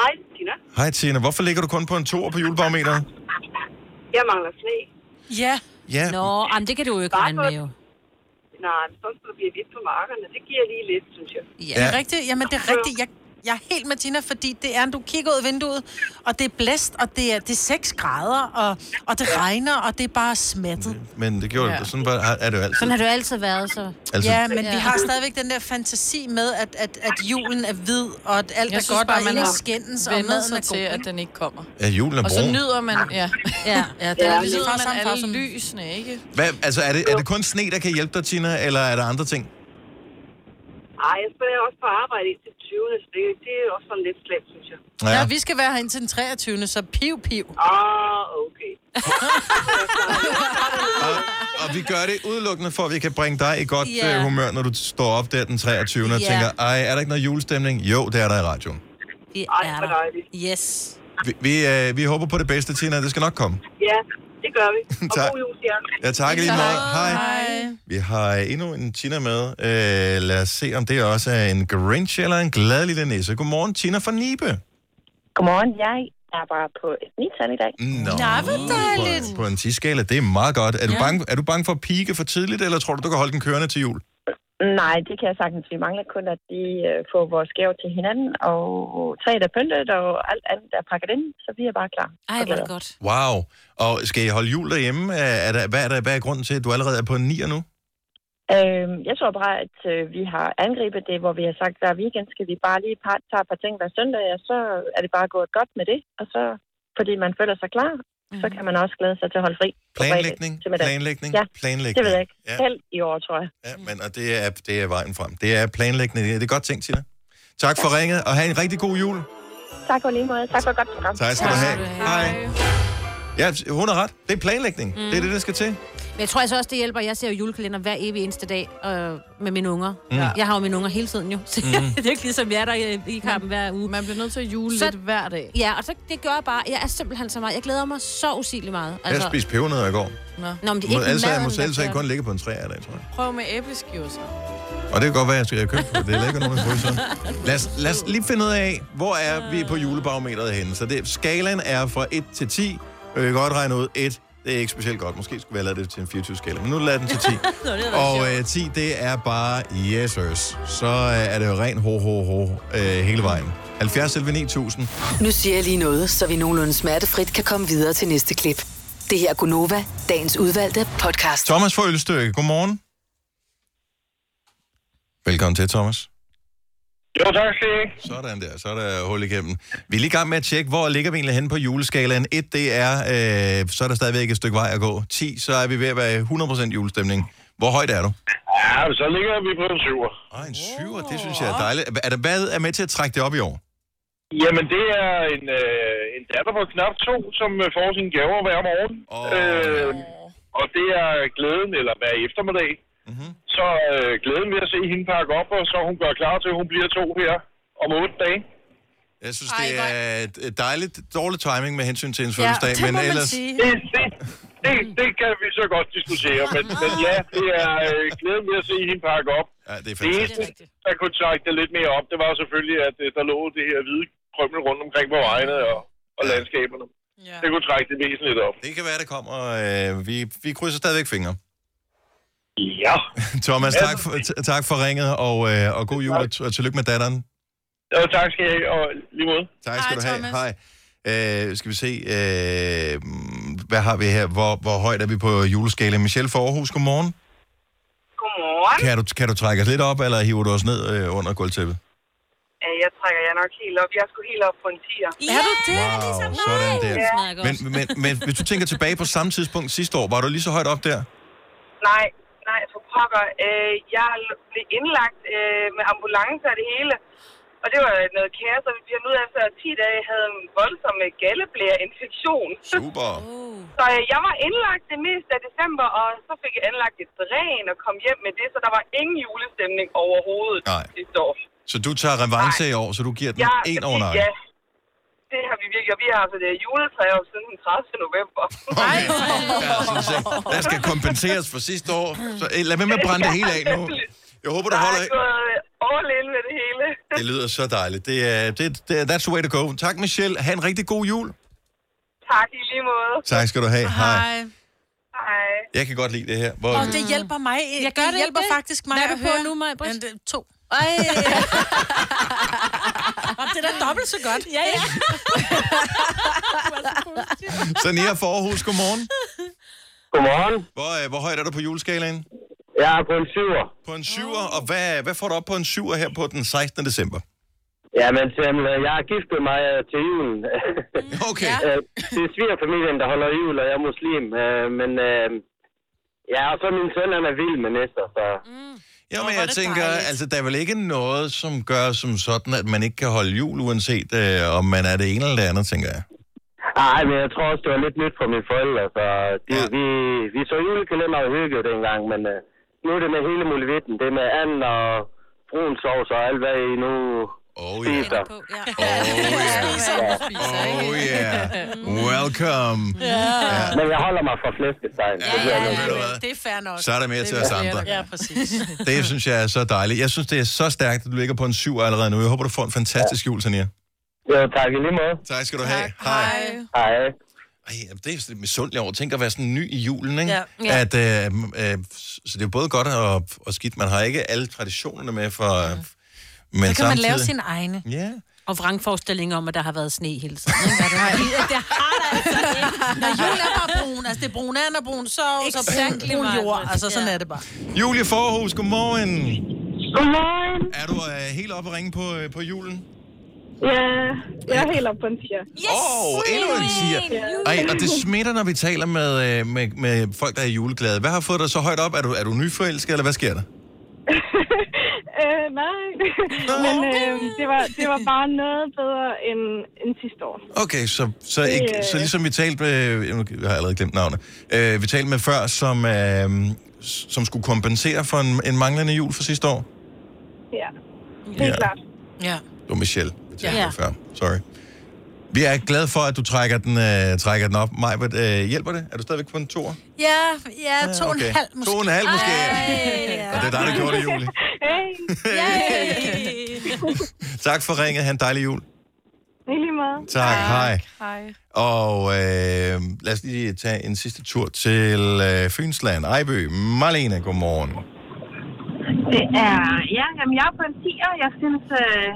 Speaker 9: Hej, Tina.
Speaker 1: Hej Tina, hvorfor ligger du kun på en 2'er på julebarometeret?
Speaker 9: Jeg mangler sne.
Speaker 3: Ja.
Speaker 1: Ja,
Speaker 4: Nå, jamen, det kan du jo ikke
Speaker 9: Bare
Speaker 4: regne med jo.
Speaker 9: Nej, så bliver vi på markerne. Det giver lige lidt, synes jeg.
Speaker 3: Ja.
Speaker 1: Ja.
Speaker 3: Det er rigtigt. Jamen, det er rigtigt. Jeg, jeg er helt med Tina, fordi det er, du kigger ud af vinduet, og det er blæst, og det er, det er 6 grader, og, og det regner, og det er bare smattet.
Speaker 1: men det gjorde ja. Sådan var, er det jo altid.
Speaker 4: Sådan har det jo altid været, så.
Speaker 1: Altså,
Speaker 3: Ja, men ja.
Speaker 4: Ja.
Speaker 3: vi har stadigvæk den der fantasi med, at, at, at julen er hvid, og at alt
Speaker 2: Jeg
Speaker 3: er
Speaker 2: synes
Speaker 3: godt,
Speaker 2: bare,
Speaker 3: og
Speaker 2: man
Speaker 3: ingen
Speaker 2: har
Speaker 3: skændes, og
Speaker 2: Vender
Speaker 3: maden er god.
Speaker 2: sig til, at
Speaker 3: Ikke?
Speaker 2: den ikke kommer.
Speaker 1: ja, julen er
Speaker 2: Og så
Speaker 1: brun.
Speaker 2: nyder man, ja,
Speaker 4: Ja.
Speaker 3: Ja, det er
Speaker 2: så
Speaker 3: lidt
Speaker 2: nyder
Speaker 3: far
Speaker 2: man
Speaker 3: sammen, far
Speaker 2: alle
Speaker 3: sammen.
Speaker 2: lysene, ikke?
Speaker 1: Hvad, altså, er det, er det kun sne, der kan hjælpe dig, Tina, eller er der andre ting?
Speaker 9: Ej, jeg skal også på arbejde indtil 20. Så det, det er også sådan lidt slemt, synes jeg.
Speaker 3: Ja, vi skal være her indtil den 23. Så piv, piv.
Speaker 9: Ah, okay.
Speaker 1: Og, og vi gør det udelukkende for, at vi kan bringe dig i godt
Speaker 4: Ja.
Speaker 1: yeah. humør, når du står op der den 23. og
Speaker 4: Ja.
Speaker 1: tænker, ej, er der ikke noget julestemning? Jo, det er der i radioen.
Speaker 4: Vi
Speaker 9: Ej,
Speaker 4: er
Speaker 9: hvor
Speaker 4: der.
Speaker 9: dejligt.
Speaker 4: Yes.
Speaker 1: Vi, vi, øh, vi håber på det bedste, Tina. Det skal nok komme.
Speaker 9: Ja, det gør vi. Og
Speaker 1: Tak.
Speaker 9: god jul til jer.
Speaker 1: Ja, tak i lige måde. Hej.
Speaker 3: Hej.
Speaker 1: Vi har endnu en Tina med. Øh, lad os se, om det også er en Grinch eller en glad lille nisse. Godmorgen, Tina fra Nibe.
Speaker 9: Godmorgen, jeg er bare på et nital i dag.
Speaker 1: Nå,
Speaker 3: hvor dejligt.
Speaker 1: På, på en 10-skala, det er meget godt. Er, ja. du bange, er du bange for at pike for tidligt, eller tror du, du kan holde den kørende til jul?
Speaker 9: Nej, det kan jeg sagtens. Vi mangler kun, at de øh, får vores gaver til hinanden, og træet er pyntet, og alt andet er pakket ind, så vi er bare klar.
Speaker 4: Ej, hvor er det godt.
Speaker 1: Wow. Og skal I holde jul derhjemme? Er er der, hvad, er der, hvad er grunden til, at du allerede er på en 9'er nu?
Speaker 9: Øh, jeg tror bare, at øh, vi har angrebet det, hvor vi har sagt, hver weekend skal vi bare lige par, tage et par ting hver søndag, og så er det bare gået godt med det. Og så, fordi man føler sig klar, mm. så kan man også glæde sig til at holde fri. på fredag
Speaker 1: Planlægning,
Speaker 9: til middag.
Speaker 1: planlægning,
Speaker 9: Ja,
Speaker 1: planlægning.
Speaker 9: Det ved jeg ikke.
Speaker 1: Ja,
Speaker 9: Selv i år, tror jeg.
Speaker 1: ja men, og det er, det er vejen frem. Det er planlægning. Det er godt tænkt, Tina. Tak for ringet, og have en rigtig god jul.
Speaker 9: Tak for lige måde. Tak for et godt program.
Speaker 1: Tak skal du have. Hej. Ja, hun har ret. Det er planlægning. Mm. Det er det, der skal til.
Speaker 4: Men jeg tror altså også, det hjælper. Jeg ser jo julekalender hver evig eneste dag øh, med mine unger.
Speaker 1: Mm.
Speaker 4: Jeg har jo mine unger hele tiden jo. Så det er ikke ligesom jer, der i, i kampen hver
Speaker 1: Mm.
Speaker 4: uge.
Speaker 2: Man bliver nødt til at jule
Speaker 4: Så-
Speaker 2: lidt hver dag.
Speaker 4: Ja, og så, det gør jeg bare, jeg er simpelthen så meget. Jeg glæder mig så usigeligt meget. Altså,
Speaker 1: Jeg spiste pebernødder i går.
Speaker 4: nå, men det er
Speaker 1: Må,
Speaker 4: ikke
Speaker 1: ellers jeg
Speaker 4: maden,
Speaker 1: må
Speaker 4: der
Speaker 1: selv
Speaker 4: gør
Speaker 1: sige
Speaker 4: det.
Speaker 1: kun ligge på en træ i dag, tror jeg.
Speaker 2: Prøv med æbleskiver så.
Speaker 1: Og det kan godt være, at jeg skal købe det. Det er ikke nogen, der fryser. Lad os, lad os lige finde ud af, hvor er vi på julebarometeret henne. Så det, skalaen er fra 1 til 10. Vi kan godt regne ud, 1 det er ikke specielt godt. Måske skulle vi have lavet det til en 24-skala, men nu lader den til 10. og øh, 10, det er bare yes, sirs. Så øh, er det jo ren ho, ho, ho øh, hele vejen. 70 selv 9000.
Speaker 5: Nu siger jeg lige noget, så vi nogenlunde smertefrit kan komme videre til næste klip. Det her er Gunova, dagens udvalgte podcast.
Speaker 1: Thomas fra Ølstykke, godmorgen. Velkommen til, Thomas.
Speaker 7: Jo, tak skal I.
Speaker 1: Sådan der, så er der hul igennem. Vi er lige i gang med at tjekke, hvor ligger vi egentlig henne på juleskalaen. 1, det er, øh, så er der stadigvæk et stykke vej at gå. 10, så er vi ved at være i 100% julestemning. Hvor højt er du?
Speaker 7: Ja, men så ligger vi på en syver.
Speaker 1: Ej, en 7, det synes jeg er dejligt. Er der, hvad er med til at trække det op i år?
Speaker 7: Jamen, det er en, øh, en datter på knap to, som øh, får sine gaver hver morgen.
Speaker 1: Åh.
Speaker 7: Øh, og det er øh, glæden, eller hver eftermiddag. Mm-hmm. Så øh, glæden ved at se hende pakke op, og så hun gør klar til, at hun bliver to her om otte dage.
Speaker 1: Jeg synes, det er et dejligt, dårlig timing med hensyn til ens
Speaker 2: Ja,
Speaker 1: fødselsdag,
Speaker 2: det må
Speaker 1: men
Speaker 2: man
Speaker 1: ellers...
Speaker 2: sige.
Speaker 7: Det, det, det, det kan vi så godt diskutere, men, men ja, det er øh, glæden ved at se hende pakke op.
Speaker 1: Ja, det er
Speaker 7: Det eneste,
Speaker 1: fantastisk.
Speaker 7: der kunne trække det lidt mere op, det var selvfølgelig, at øh, der lå det her hvide krømmel rundt omkring på vejene og, og landskaberne.
Speaker 3: Ja.
Speaker 7: Det kunne trække det væsentligt op.
Speaker 1: Det kan være, det kommer. Øh, vi, vi krydser stadigvæk fingre.
Speaker 7: Ja.
Speaker 1: Thomas, tak for, t- tak for ringet, og, øh, og god jul, og, t- og tillykke med datteren.
Speaker 7: Jo, tak skal I have, og lige måde.
Speaker 1: Tak skal Hej, du have. Thomas. Hej. Øh, skal vi se, øh, hvad har vi her? Hvor, hvor højt er vi på juleskala? Michelle fra Aarhus, godmorgen.
Speaker 9: Godmorgen.
Speaker 1: Kan du, kan du trække os lidt op, eller hiver du os ned øh, under gulvtæppet?
Speaker 9: Øh, Jeg trækker jer nok helt op. Jeg skulle helt op på en 10'er.
Speaker 4: Ja, er du det?
Speaker 1: Wow, sådan der.
Speaker 4: smager godt.
Speaker 1: Men, men, men hvis du tænker tilbage på samme tidspunkt sidste år, var du lige så højt op der?
Speaker 9: Nej, nej, for pokker. Øh, jeg l- blev indlagt øh, med ambulance og det hele.
Speaker 12: Og det var noget kære, så vi fandt ud af, at efter 10 dage havde en voldsom øh, galleblære-infektion.
Speaker 1: Super.
Speaker 12: Så øh, jeg var indlagt det meste af december, og så fik jeg anlagt et dræn og kom hjem med det, så der var ingen julestemning overhovedet
Speaker 1: Nej.
Speaker 12: sidste år.
Speaker 1: Så du tager revanche i år, så du giver den
Speaker 12: Ja,
Speaker 1: en over
Speaker 12: Ja,
Speaker 1: nakken.
Speaker 12: det har vi virkelig, og vi har haft et øh, juletræ op siden den 30. november.
Speaker 1: Nej, Der skal kompenseres for sidste år. Så eh, lad være med at brænde det hele af nu. Jeg håber, du holder...
Speaker 12: Jeg har gået all in med det hele.
Speaker 1: Det lyder så dejligt. Det er, det, det, er- that's the way to go. Tak, Michelle. Ha' en rigtig god jul.
Speaker 12: Tak i lige måde.
Speaker 1: Tak skal du have. Hej.
Speaker 12: Hej.
Speaker 1: Jeg kan godt lide det her. Hvor...
Speaker 3: Og det hjælper mig. Jeg gør det, det hjælper det? faktisk mig
Speaker 4: Hvad er
Speaker 3: at
Speaker 4: du på
Speaker 3: høre.
Speaker 4: nu, Maja
Speaker 3: Men det- To.
Speaker 4: Ej.
Speaker 3: Og det er da dobbelt så godt.
Speaker 4: Ja, ja.
Speaker 1: Sania Forhus, godmorgen.
Speaker 13: Godmorgen.
Speaker 1: Hvor, øh, hvor højt er du på juleskalaen?
Speaker 13: Jeg er på en syver.
Speaker 1: På en syver, og hvad, hvad får du op på en syver her på den 16. december?
Speaker 13: Ja, men Samuel, jeg er gift med mig øh, til julen.
Speaker 1: Okay.
Speaker 13: det er svigerfamilien, der holder jul, og jeg er muslim. øh, Men øh, ja, og så min søn, han er vild med næster, så...
Speaker 1: Ja, men jeg tænker, altså, der er vel ikke noget, som gør som sådan, at man ikke kan holde jul, uanset øh, om man er det ene eller det andet, tænker jeg.
Speaker 13: Ej, men jeg tror også, det var lidt nyt for mine forældre, så de, ja. vi, vi så julekalender og hygge dengang, men øh, nu er det med hele muligheden. Det er med and og brun sovs og alt, hvad I nu oh, spiser.
Speaker 4: Ja.
Speaker 1: Oh yeah, welcome.
Speaker 13: Ja. Men jeg holder mig fra flæskesteg. Ja, ja,
Speaker 3: Det er fair nok.
Speaker 1: Så er der mere til
Speaker 3: Det
Speaker 1: os
Speaker 3: fair
Speaker 1: andre.
Speaker 3: nok. Ja, præcis.
Speaker 1: Det synes jeg er så dejligt. Jeg synes, det er så stærkt, at du ligger på en syv allerede nu. Jeg håber, du får en fantastisk jul, Tania.
Speaker 13: Jo, tak i lige måde.
Speaker 1: Tak skal du have.
Speaker 3: Hej.
Speaker 13: Hej.
Speaker 1: Ej, jamen, det er sådan lidt misundeligt over. Tænk at være sådan ny i julen, ikke?
Speaker 13: Ja.
Speaker 1: Ja.
Speaker 13: Ja.
Speaker 1: At, øh, øh, så det er jo både godt og, og skidt. Man har ikke alle traditionerne med for... Ja. Men
Speaker 4: Men så
Speaker 1: samtidig...
Speaker 4: kan samtidig... man lave sine egne.
Speaker 1: Ja.
Speaker 4: Og vrangforestillinger om, at der har været sne hele tiden. Ikke? Hvad der har- det har der altså ikke.
Speaker 3: Når jul er bare brun, altså det er brun and og brun sovs og brun,
Speaker 4: Exactly,
Speaker 3: brun jord,
Speaker 4: Maja.
Speaker 3: altså sådan
Speaker 4: Ja.
Speaker 3: er det bare.
Speaker 1: Julie Forhus, godmorgen.
Speaker 14: Godmorgen.
Speaker 1: Er du øh, helt oppe at ringe på, øh, på julen?
Speaker 14: Ja, jeg er helt oppe på en tier.
Speaker 1: Yes! Åh, oh, endnu en siger. Ej, og det smitter, når vi taler med, øh, med, med folk, der er juleglade. Hvad har fået dig så højt op? Er du, er du nyforelsket, eller hvad sker der?
Speaker 14: øh, nej, men øh, det, var, det var bare noget bedre end, end sidste år.
Speaker 1: Okay, så, så, ikke,
Speaker 14: Det, øh,
Speaker 1: så ligesom vi talte med, nu har jeg allerede glemt navnet, øh, vi talte med før, som, øh, som skulle kompensere for en, en manglende jul for sidste år.
Speaker 14: Ja, helt
Speaker 1: Ja.
Speaker 14: klart.
Speaker 3: Ja.
Speaker 1: Det var Michelle, vi talte
Speaker 14: Ja.
Speaker 1: ja. med før. Sorry. Vi er glade for, at du trækker den, øh, trækker den op. Maj, øh, hjælper det? Er du stadigvæk på en toer?
Speaker 3: Ja, ja, to og en halv måske.
Speaker 1: Ah, To og en halv måske.
Speaker 3: Ej,
Speaker 1: Og det er dig, der gjorde det, Julie.
Speaker 14: Hey,
Speaker 1: Tak for ringet. Ha' en dejlig jul.
Speaker 14: i lige måde.
Speaker 1: Tak, hej.
Speaker 14: Hej.
Speaker 1: Og øh, lad os lige tage en sidste tur til øh, Fynsland. Ejby, Marlene, godmorgen.
Speaker 14: Det er, ja, jamen jeg er på en tier. Jeg synes, øh,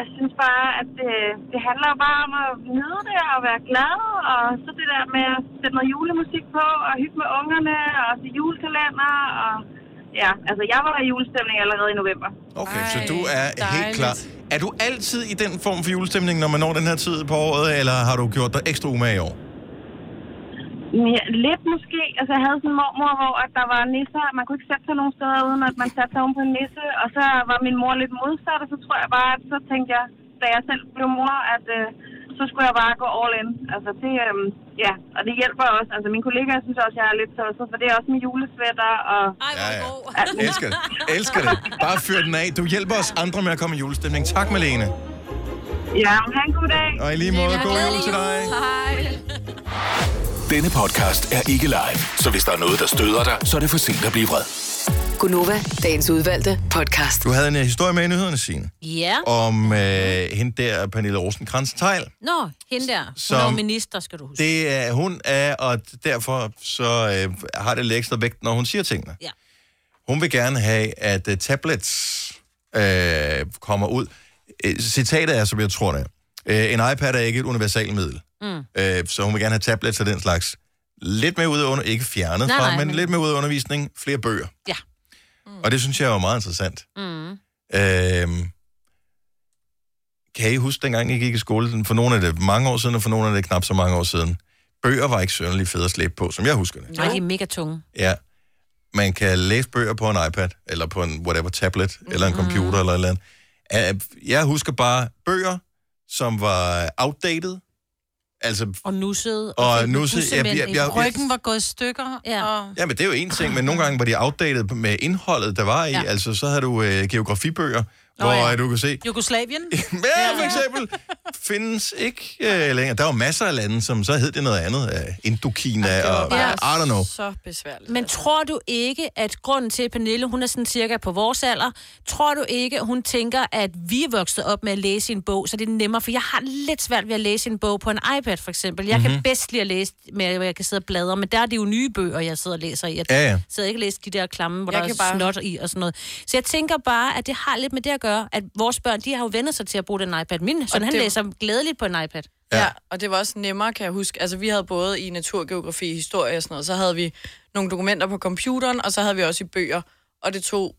Speaker 14: jeg synes bare, at det, det handler jo bare om at nyde det og være glad. Og så det der med at sætte noget julemusik på og hygge med ungerne og se julekalender. Og, ja, altså jeg var i julestemning allerede i november.
Speaker 1: Okay, Ej, så du er dejligt. helt klar. Er du altid i den form for julestemning, når man når den her tid på året, eller har du gjort dig ekstra umage i år?
Speaker 14: Men ja, Lidt måske. Altså, jeg havde sådan en mormor, hvor at der var nisser. Man kunne ikke sætte sig nogen steder, uden at man satte sig oven på en nisse. Og så var min mor lidt modsat, og så tror jeg bare, at så tænkte jeg, da jeg selv blev mor, at øh, så skulle jeg bare gå all in. Altså, det, øh, ja, og det hjælper også. Altså, mine kollegaer synes også, jeg er lidt tosset, for det er også med julesvætter og... Ej,
Speaker 1: Ja, ja. Elsker det. Elsker det. Bare fyr den af. Du hjælper os andre med at komme i julestemning. Tak, Marlene.
Speaker 14: Ja, men ha' en god dag.
Speaker 1: Og i lige måde, god jul til dig.
Speaker 14: Hej.
Speaker 6: Denne podcast er ikke live, så hvis der er noget, der støder dig, så er det for sent at blive vred.
Speaker 5: Gunova, dagens udvalgte podcast.
Speaker 1: Du havde en øh, historie med i nyhederne, Signe,
Speaker 4: Ja.
Speaker 1: om øh, hende der, Pernille rosenkrantz teil
Speaker 4: Nå, hende der. Hun
Speaker 1: Som-
Speaker 4: er jo minister, skal du huske.
Speaker 1: Det er hun er, og derfor så øh, har det lidt ekstra vægt, når hun siger tingene.
Speaker 4: Ja.
Speaker 1: Hun vil gerne have, at uh, tablets øh, kommer ud. Øh, Citatet er, som jeg tror det er. Øh, en iPad er ikke et universalmiddel.
Speaker 4: Mm.
Speaker 1: Øh, så hun vil gerne have tablets og den slags. Lidt mere ud af under, ikke fjernet
Speaker 4: Nej,
Speaker 1: fra,
Speaker 4: nej,
Speaker 1: men,
Speaker 4: men-
Speaker 1: lidt mere ud af undervisning, flere bøger.
Speaker 4: Ja.
Speaker 1: Mm. Og det synes jeg er meget interessant.
Speaker 4: Mm.
Speaker 1: Øhm, kan I huske, dengang I gik i skole? For nogle af det mange år siden, og for nogle af det knap så mange år siden. Bøger var ikke sønderlig fede at slæbe på, som jeg husker det.
Speaker 4: Nej, de er mega tunge.
Speaker 1: Ja. Man kan læse bøger på en iPad, eller på en whatever tablet, eller en computer, eller et eller andet. Øh, Jeg husker bare bøger, som var outdated. Altså,
Speaker 4: Og Altså, nussede.
Speaker 1: og nu jeg, jeg, jeg, jeg,
Speaker 3: Ryggen var gået i stykker. Ja. Og...
Speaker 1: Ja, men det er jo en ting, men nogle gange var de outdated med indholdet, der var i. Ja.
Speaker 3: Ja.
Speaker 1: Altså, så havde du øh, geografibøger, Nå,
Speaker 3: Nå
Speaker 1: hvor
Speaker 3: ja.
Speaker 1: ja. du kan se,
Speaker 3: Jugoslavien?
Speaker 1: ja, for eksempel. findes ikke øh, længere. Der var masser af lande, som så hed det noget andet. Øh, Indokina og
Speaker 4: bare
Speaker 1: I don't know.
Speaker 2: så besværligt.
Speaker 4: Men tror du ikke, at grunden til, at Pernille, hun er sådan cirka på vores alder, tror du ikke, at hun tænker, at vi er vokset op med at læse en bog, så det er nemmere, for jeg har lidt svært ved at læse en bog på en iPad, for eksempel. Jeg mm-hmm.
Speaker 1: Mhm.
Speaker 4: kan bedst lide at læse, med, at jeg kan sidde og bladre, men der er det jo nye bøger, jeg sidder og læser i. Jeg
Speaker 1: Ja, ja.
Speaker 4: sidder ikke og læser de der klamme, hvor
Speaker 2: Jeg
Speaker 4: jeg der er
Speaker 2: kan bare-
Speaker 4: snot i og sådan noget. Så jeg tænker bare, at det har lidt med det at gøre, at vores børn, de har jo vendt sig til at bruge den iPad. Min søn, han
Speaker 2: det-
Speaker 4: læser glædeligt på en iPad.
Speaker 1: Ja.
Speaker 2: ja, og det var også nemmere, kan jeg huske. Altså, vi havde både i naturgeografi, historie og sådan noget, så havde vi nogle dokumenter på computeren, og så havde vi også i bøger. Og det tog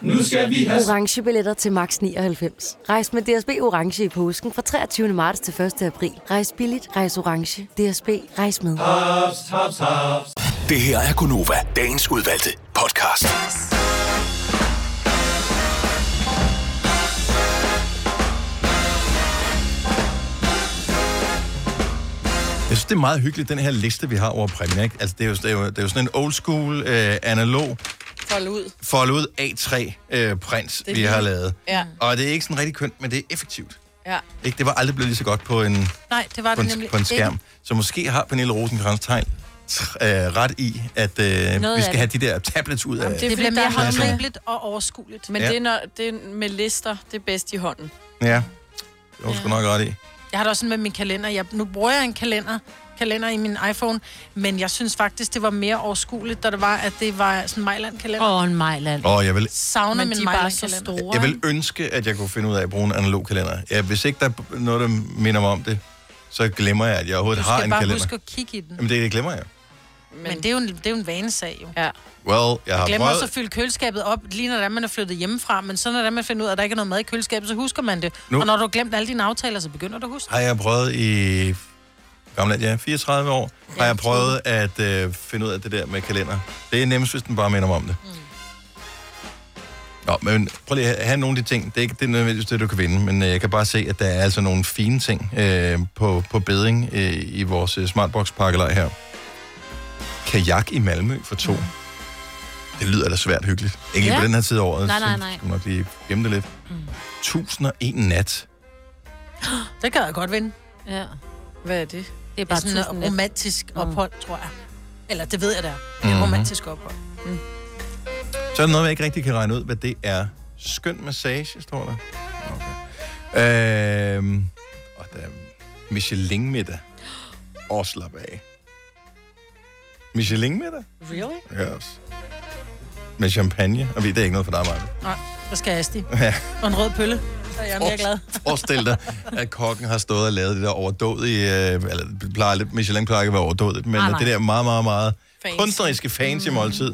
Speaker 15: Nu skal vi have
Speaker 16: orange billetter til max 99. Rejs med DSB orange i påsken fra 23. marts til 1. april. Rejs billigt, rejs orange. DSB rejs med.
Speaker 15: haps, haps, haps.
Speaker 6: Det her er Gunova, dagens udvalgte podcast.
Speaker 1: Jeg synes, det er meget hyggeligt, den her liste, vi har over præmier. Ikke? Altså, det, er jo, det, er jo, det er jo sådan en old school, øh, analog,
Speaker 2: Fold ud.
Speaker 1: folde ud A3-print,
Speaker 2: Det er
Speaker 1: vi har
Speaker 2: lige-
Speaker 1: lavet.
Speaker 2: Ja.
Speaker 1: Og det er ikke sådan rigtig kønt, men det er effektivt.
Speaker 2: Ja.
Speaker 1: Ikke? Det var aldrig blevet lige så godt på en,
Speaker 3: Nej, det var
Speaker 1: på
Speaker 3: det
Speaker 1: en,
Speaker 3: nemlig
Speaker 1: på en skærm.
Speaker 3: ikke.
Speaker 1: Så måske har Pernille rosenkrantz tegn øh, ret i, at øh, vi
Speaker 3: af
Speaker 1: skal
Speaker 3: det.
Speaker 1: have de der tablets ud af
Speaker 2: Jamen, det, det bliver mere
Speaker 1: klasserne.
Speaker 2: håndgribeligt
Speaker 3: og overskueligt.
Speaker 2: Men
Speaker 1: Ja.
Speaker 2: ja. det, er, når, det er med lister, det er bedst i hånden.
Speaker 1: Ja, det var sgu nok ret i.
Speaker 3: Jeg har det også sådan med min kalender. Jeg, nu bruger jeg en kalender, kalender i min iPhone, men jeg synes faktisk, det var mere overskueligt, da det var, at det var sådan en Mejland-kalender.
Speaker 4: Åh, en Mejland.
Speaker 1: Åh, jeg vil-
Speaker 3: Savner
Speaker 4: Men
Speaker 3: min
Speaker 4: de er bare
Speaker 3: Mejland-kalender.
Speaker 4: så store.
Speaker 1: Jeg vil ønske, at jeg kunne finde ud af at bruge en analog kalender. Ja, hvis ikke der er noget, der minder mig om det, så glemmer jeg, at jeg
Speaker 3: Du
Speaker 1: overhovedet har
Speaker 3: skal
Speaker 1: en
Speaker 3: bare
Speaker 1: kalender.
Speaker 3: huske at kigge i den.
Speaker 1: Jamen, det, det glemmer jeg.
Speaker 3: Men, men det, er jo en, det er jo en vanesag, jo.
Speaker 2: Ja.
Speaker 1: Well, jeg har
Speaker 3: Glem
Speaker 1: prøvet...
Speaker 3: også at fylde køleskabet op, lige når det er, man er flyttet hjemmefra, men så når det er, man finder ud af, at der ikke er noget mad i køleskabet, så husker man det.
Speaker 1: Nu-
Speaker 3: Nu. Og når du har glemt alle dine aftaler, så begynder du at huske.
Speaker 1: har jeg prøvet i gamle ja, 34 år, har jeg prøvet at øh, finde ud af det der med kalender. Det er nemmest, hvis den bare minder mig om det. Mm. Nå, men prøv lige at have nogle af de ting. Det er ikke det er nødvendigvis det, du kan vinde, men øh, jeg kan bare se, at der er altså nogle fine ting øh, på, på beding øh, i vores øh, Smartbox-pakkelej her. Kajak i Malmø for to. Mm. Det lyder da svært hyggeligt. Ikke ja.
Speaker 4: Ja.
Speaker 1: på den her tid af året.
Speaker 4: Nej, nej,
Speaker 1: så
Speaker 4: nej.
Speaker 1: Skal man nok lige gemme det lidt. Mm. 1001 nat.
Speaker 3: Det kan jeg godt vinde.
Speaker 4: Ja.
Speaker 2: Hvad er det?
Speaker 4: Det er bare
Speaker 3: sådan
Speaker 4: tusind
Speaker 3: et
Speaker 4: net.
Speaker 3: romantisk
Speaker 4: Mm.
Speaker 3: ophold, tror jeg. Eller det ved jeg da. Det er et
Speaker 1: Mhm.
Speaker 3: romantisk ophold. Mm.
Speaker 1: Så er der noget, jeg ikke rigtig kan regne ud, hvad det er. Skøn massage, står der. Okay. Øhm, og der er Michelin-middag. Og slap af. Michelin-middag?
Speaker 3: Really?
Speaker 1: Ja, også. Med champagne. Og vi- det er ikke noget for dig, Maja.
Speaker 3: Nej, så skal jeg asti.
Speaker 1: Ja.
Speaker 3: Og en rød pølle. Så er jeg mere glad.
Speaker 1: Forestil dig, at kokken har stået og lavet det der overdådige, øh, eller det plejer lidt, Michelin plejer ikke at være overdådigt, men
Speaker 6: Nej, nej.
Speaker 1: det der meget, meget, meget fancy. kunstneriske fancy mm. måltid.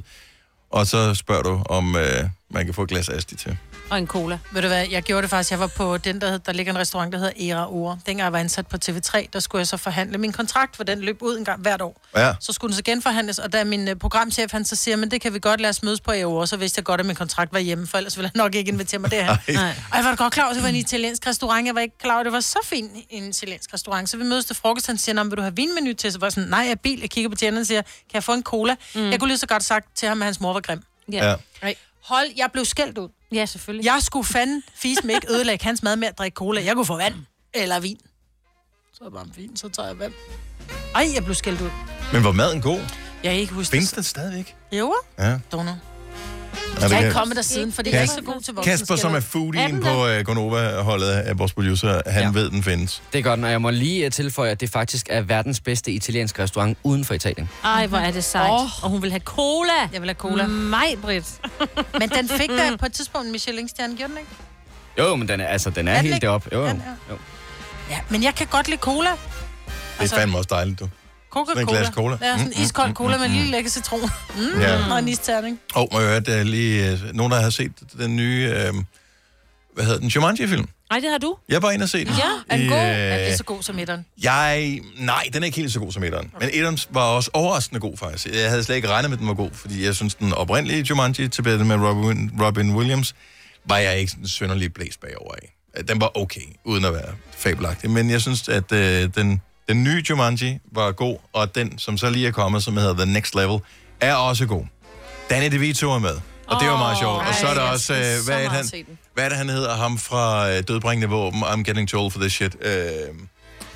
Speaker 1: Og så spørger du, om øh, man kan få et glas Asti til.
Speaker 4: Og en cola.
Speaker 3: Ved du hvad, jeg gjorde det faktisk. Jeg var på den, der, hed, der ligger en restaurant, der hedder Era Ore. Dengang jeg var ansat på TV3, der skulle jeg så forhandle min kontrakt, for den løb ud en gang hvert år.
Speaker 1: Ja.
Speaker 3: Så skulle den så genforhandles, og da min øh, programchef, han så siger, men det kan vi godt lade os mødes på Era Ore, så vidste jeg godt, at min kontrakt var hjemme, for ellers ville han nok ikke invitere mig derhen.
Speaker 1: Nej.
Speaker 3: Og jeg var da godt klar over, at det var en italiensk restaurant. Jeg var ikke klar over, at det var så fin en italiensk restaurant. Så vi mødes til frokost, han siger, "Nå, men vil du have vinmenu til? Så var jeg sådan, nej, jeg er bil. Jeg kigger på tjeneren og siger, kan jeg få en cola? Mm. Jeg kunne lige så godt sagt til ham, at hans mor var grim.
Speaker 4: Ja. Ja.
Speaker 3: Nej. Hold, jeg blev skældt ud.
Speaker 4: Ja, selvfølgelig.
Speaker 3: Jeg skulle fanden fise mig ikke ødelægge hans mad med at drikke cola. Jeg kunne få vand eller vin. Så er det bare fint, så tager jeg vand. Ej, jeg blev skældt ud.
Speaker 1: Men var maden god?
Speaker 3: Jeg kan ikke huske
Speaker 1: Findes den stadigvæk?
Speaker 3: Jo,
Speaker 1: Ja.
Speaker 3: Donald.
Speaker 1: det
Speaker 3: Jeg er
Speaker 1: kan-
Speaker 3: ikke kommet der siden, fordi jeg er ikke så god til voksne.
Speaker 1: Kasper, som er foodien på øh, Gonova-holdet af vores producer, han ja. ved, den findes.
Speaker 17: Det er godt, og jeg må lige øh, tilføje, at det faktisk er verdens bedste italienske restaurant uden for Italien.
Speaker 4: Ej, hvor er det sejt. Oh. Og hun vil have cola. Jeg vil have
Speaker 3: cola.
Speaker 4: Mig, Britt.
Speaker 3: Men den fik der på et tidspunkt en Michelin-stjerne, gjorde den ikke?
Speaker 17: Jo, men den er, altså, den er
Speaker 3: Er den
Speaker 17: helt
Speaker 3: ikke?
Speaker 17: deroppe. Jo, jo. jo.
Speaker 3: Ja, men jeg kan godt lide cola.
Speaker 1: Det
Speaker 3: Altså-
Speaker 1: er fandme også dejligt, du.
Speaker 3: Mm. Coca-Cola.
Speaker 1: Sådan en glas cola.
Speaker 3: Ja, sådan
Speaker 1: Mm, mm,
Speaker 3: en iskold
Speaker 1: mm,
Speaker 3: cola med en
Speaker 1: mm,
Speaker 3: lille lækker citron. Mm,
Speaker 1: Ja.
Speaker 3: Og en isterning.
Speaker 1: Og må jeg høre, at der er lige øh, nogen, der har set den nye, øh, hvad hedder den, Jumanji-film?
Speaker 4: Nej, det har du.
Speaker 1: Jeg var inde og se den.
Speaker 3: er den god?
Speaker 1: Øh,
Speaker 3: Er det så god som etteren?
Speaker 1: Jeg, nej, den er ikke helt så god som etteren. Men etteren var også overraskende god, faktisk. Jeg havde slet ikke regnet med, at den var god, fordi jeg synes, den oprindelige Jumanji tilbage med Robin, Robin Williams, var jeg ikke sådan synderlig blæst bagover af. Øh, Den var okay, uden at være fabelagtig. Men jeg synes, at øh, den, den nye Jumanji var god, og den, som så lige er kommet, som hedder The Next Level, er også god. Danny DeVito er med, og det var meget sjovt. Og så er der også, øh, hvad, er det, han, hvad er det, han hedder? Ham fra øh, Dødbringende Våben, I'm Getting Told for This Shit. Øh,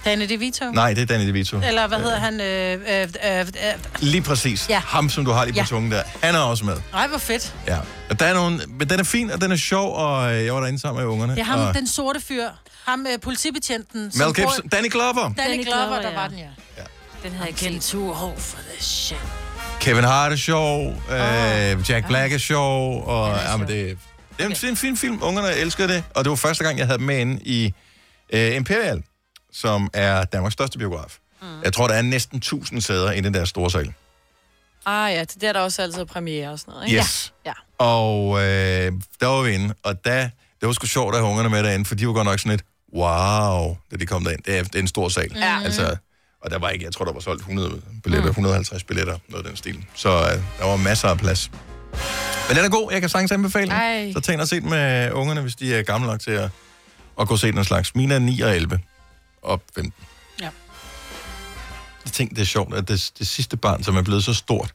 Speaker 3: Danny DeVito?
Speaker 1: Nej, det er Danny DeVito.
Speaker 3: Eller hvad hedder han? Øh, øh, øh, øh.
Speaker 1: Lige præcis. Ja.
Speaker 3: Ja.
Speaker 1: Ham, som du har lige på ja.
Speaker 3: Ja.
Speaker 1: tungen der. Han er også med.
Speaker 3: Ej, hvor fedt.
Speaker 1: Ja. Og der er nogen, men den er fin, og den er sjov, og øh, jeg var derinde sammen med ungerne.
Speaker 3: Det er ham,
Speaker 1: og
Speaker 3: den sorte fyr. Ham, øh, politibetjenten. som
Speaker 1: Mel Gibson. Danny Glover.
Speaker 3: Danny Glover, der
Speaker 4: ja.
Speaker 3: var den, ja.
Speaker 4: Den havde jeg kendt.
Speaker 3: Too old for this shit.
Speaker 1: Kevin Hart er sjov,
Speaker 3: Ah.
Speaker 1: øh, Jack Black er sjov, og ja, men det, det er en fin, fin film. Ungerne elskede det, og det var første gang, jeg havde dem med inde i øh, Imperial, som er Danmarks største biograf. Mm. Jeg tror, der er næsten 1000 sæder inde i den der store sal.
Speaker 2: Ah ja, det der er der også altid premiere og sådan noget, ikke?
Speaker 1: Yes.
Speaker 2: Ja.
Speaker 1: Og øh, der var vi inde, og da, det var sgu sjovt at have ungerne med derinde, for de var godt nok sådan lidt, wow, da de kom derind. Det er, det er en stor sal.
Speaker 2: Ja. Mm.
Speaker 1: Altså, og der var ikke, jeg tror, der var solgt 100 billetter, 150 billetter, noget af den stil. Så øh, der var masser af plads. Men den er god, jeg kan sagtens anbefale den.
Speaker 2: Ej.
Speaker 1: Så tag ind og se den med ungerne, hvis de er gamle nok til at, at gå og se den slags. Mine er 9 og 11 og 15.
Speaker 3: Ja.
Speaker 1: Jeg tænkte, det er sjovt, at det, det sidste barn, som er blevet så stort,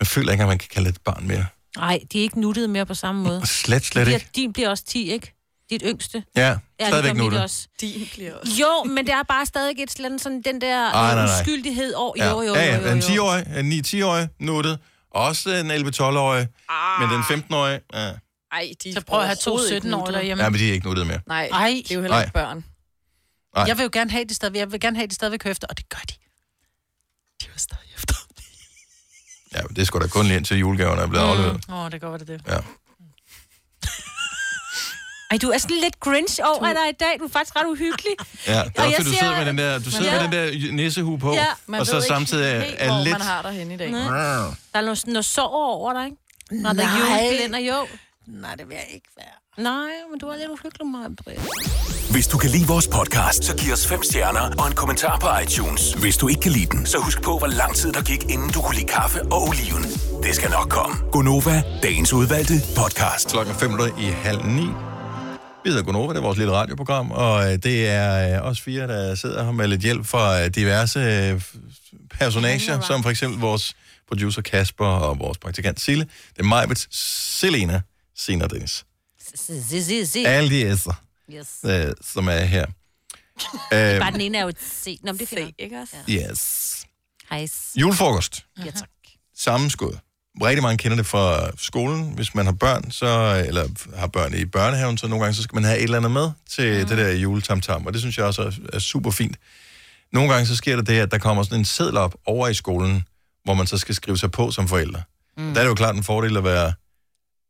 Speaker 1: man føler ikke, at man kan kalde det et barn mere.
Speaker 4: Nej, de er ikke nuttede mere på samme måde.
Speaker 1: Slet, slet
Speaker 4: De er-
Speaker 1: ikke.
Speaker 4: Din bliver også 10, ikke? Dit yngste.
Speaker 1: Ja,
Speaker 4: det
Speaker 1: stadigvæk
Speaker 4: kom mit
Speaker 1: nuttet.
Speaker 4: også.
Speaker 2: De bliver også.
Speaker 4: Jo, men der er bare stadig et slet sådan den der
Speaker 1: Ej,
Speaker 4: øh,
Speaker 1: nej, nej.
Speaker 4: uskyldighed over.
Speaker 1: Ja.
Speaker 4: Jo, jo, jo,
Speaker 1: ja,
Speaker 4: jo,
Speaker 1: ja.
Speaker 4: jo.
Speaker 1: En 10-årig, en 9-10-årig, nuttet. Også en 11-12-årig, men
Speaker 4: Ah.
Speaker 1: den 15-årige, ja.
Speaker 2: Ej, de
Speaker 3: Så prøv at have to
Speaker 2: overhovedet ikke
Speaker 3: 17-årige
Speaker 2: nuttede.
Speaker 3: derhjemme.
Speaker 1: ja, men de er ikke nuttet mere.
Speaker 2: Nej,
Speaker 3: Ej.
Speaker 2: det er jo heller ikke
Speaker 1: Nej.
Speaker 2: børn.
Speaker 1: Nej.
Speaker 3: Jeg vil jo gerne have, at de stadigvæk, jeg vil gerne have, at de stadigvæk hører efter, og det gør de. De hører stadig efter.
Speaker 1: Ja, men det er sgu da kun lige indtil julegaverne er
Speaker 4: Mm.
Speaker 1: blevet afleveret.
Speaker 3: Åh, oh, det går, det er det.
Speaker 1: Ja.
Speaker 4: Ej, du er sådan lidt grinch over dig i dag. Du er faktisk ret uhyggelig.
Speaker 1: Ja, det er
Speaker 4: Og
Speaker 1: også,
Speaker 4: jeg
Speaker 1: fordi du
Speaker 4: ser-
Speaker 1: sidder med den der, du
Speaker 4: Man
Speaker 1: sidder
Speaker 4: ved-
Speaker 1: med den der nissehue på,
Speaker 4: Ja, man
Speaker 1: og så
Speaker 4: ved ikke
Speaker 1: samtidig er,
Speaker 4: helt,
Speaker 1: er
Speaker 4: hvor
Speaker 1: lidt...
Speaker 4: man har dig henne i dag. Nej.
Speaker 1: Brrr.
Speaker 4: Der er noget, noget sår over dig, ikke? Når der
Speaker 3: Nej.
Speaker 4: er julekalender, jo.
Speaker 3: Nej, det vil jeg ikke være.
Speaker 4: Nej, men du er lidt uhyggelig mig, Britt.
Speaker 6: Hvis du kan lide vores podcast, så giv os fem stjerner og en kommentar på iTunes. Hvis du ikke kan lide den, så husk på, hvor lang tid der gik, inden du kunne lide kaffe og oliven. Det skal nok komme.
Speaker 1: Gonova, dagens udvalgte podcast. Klokken 5 i halv ni. Vi hedder Gonova, det er vores lille radioprogram, og øh, det er øh, os fire, der sidder her med lidt hjælp fra øh, diverse øh, personager, som for eksempel vores producer Kasper og vores praktikant Sille. Det er Majbet, Selena, Sina og Dennis. Alle de æsser,
Speaker 4: Yes.
Speaker 1: øh, som er her.
Speaker 4: Øhm.
Speaker 1: Øhm,
Speaker 4: Bare den ene er jo et C. Nå, men det finder ikke også? Ja.
Speaker 1: Øh, yes.
Speaker 4: Hejs.
Speaker 1: Julefrokost.
Speaker 4: Ja, tak.
Speaker 1: sammenskud. Rigtig mange kender det fra skolen. Hvis man har børn, så, eller har børn i børnehaven, så nogle gange så skal man have et eller andet med til mm. det der juletamtam, og det synes jeg også er, er super fint. Nogle gange så sker der det, at der kommer sådan en seddel op over i skolen, hvor man så skal skrive sig på som forældre. Mm. Der er det jo klart en fordel at være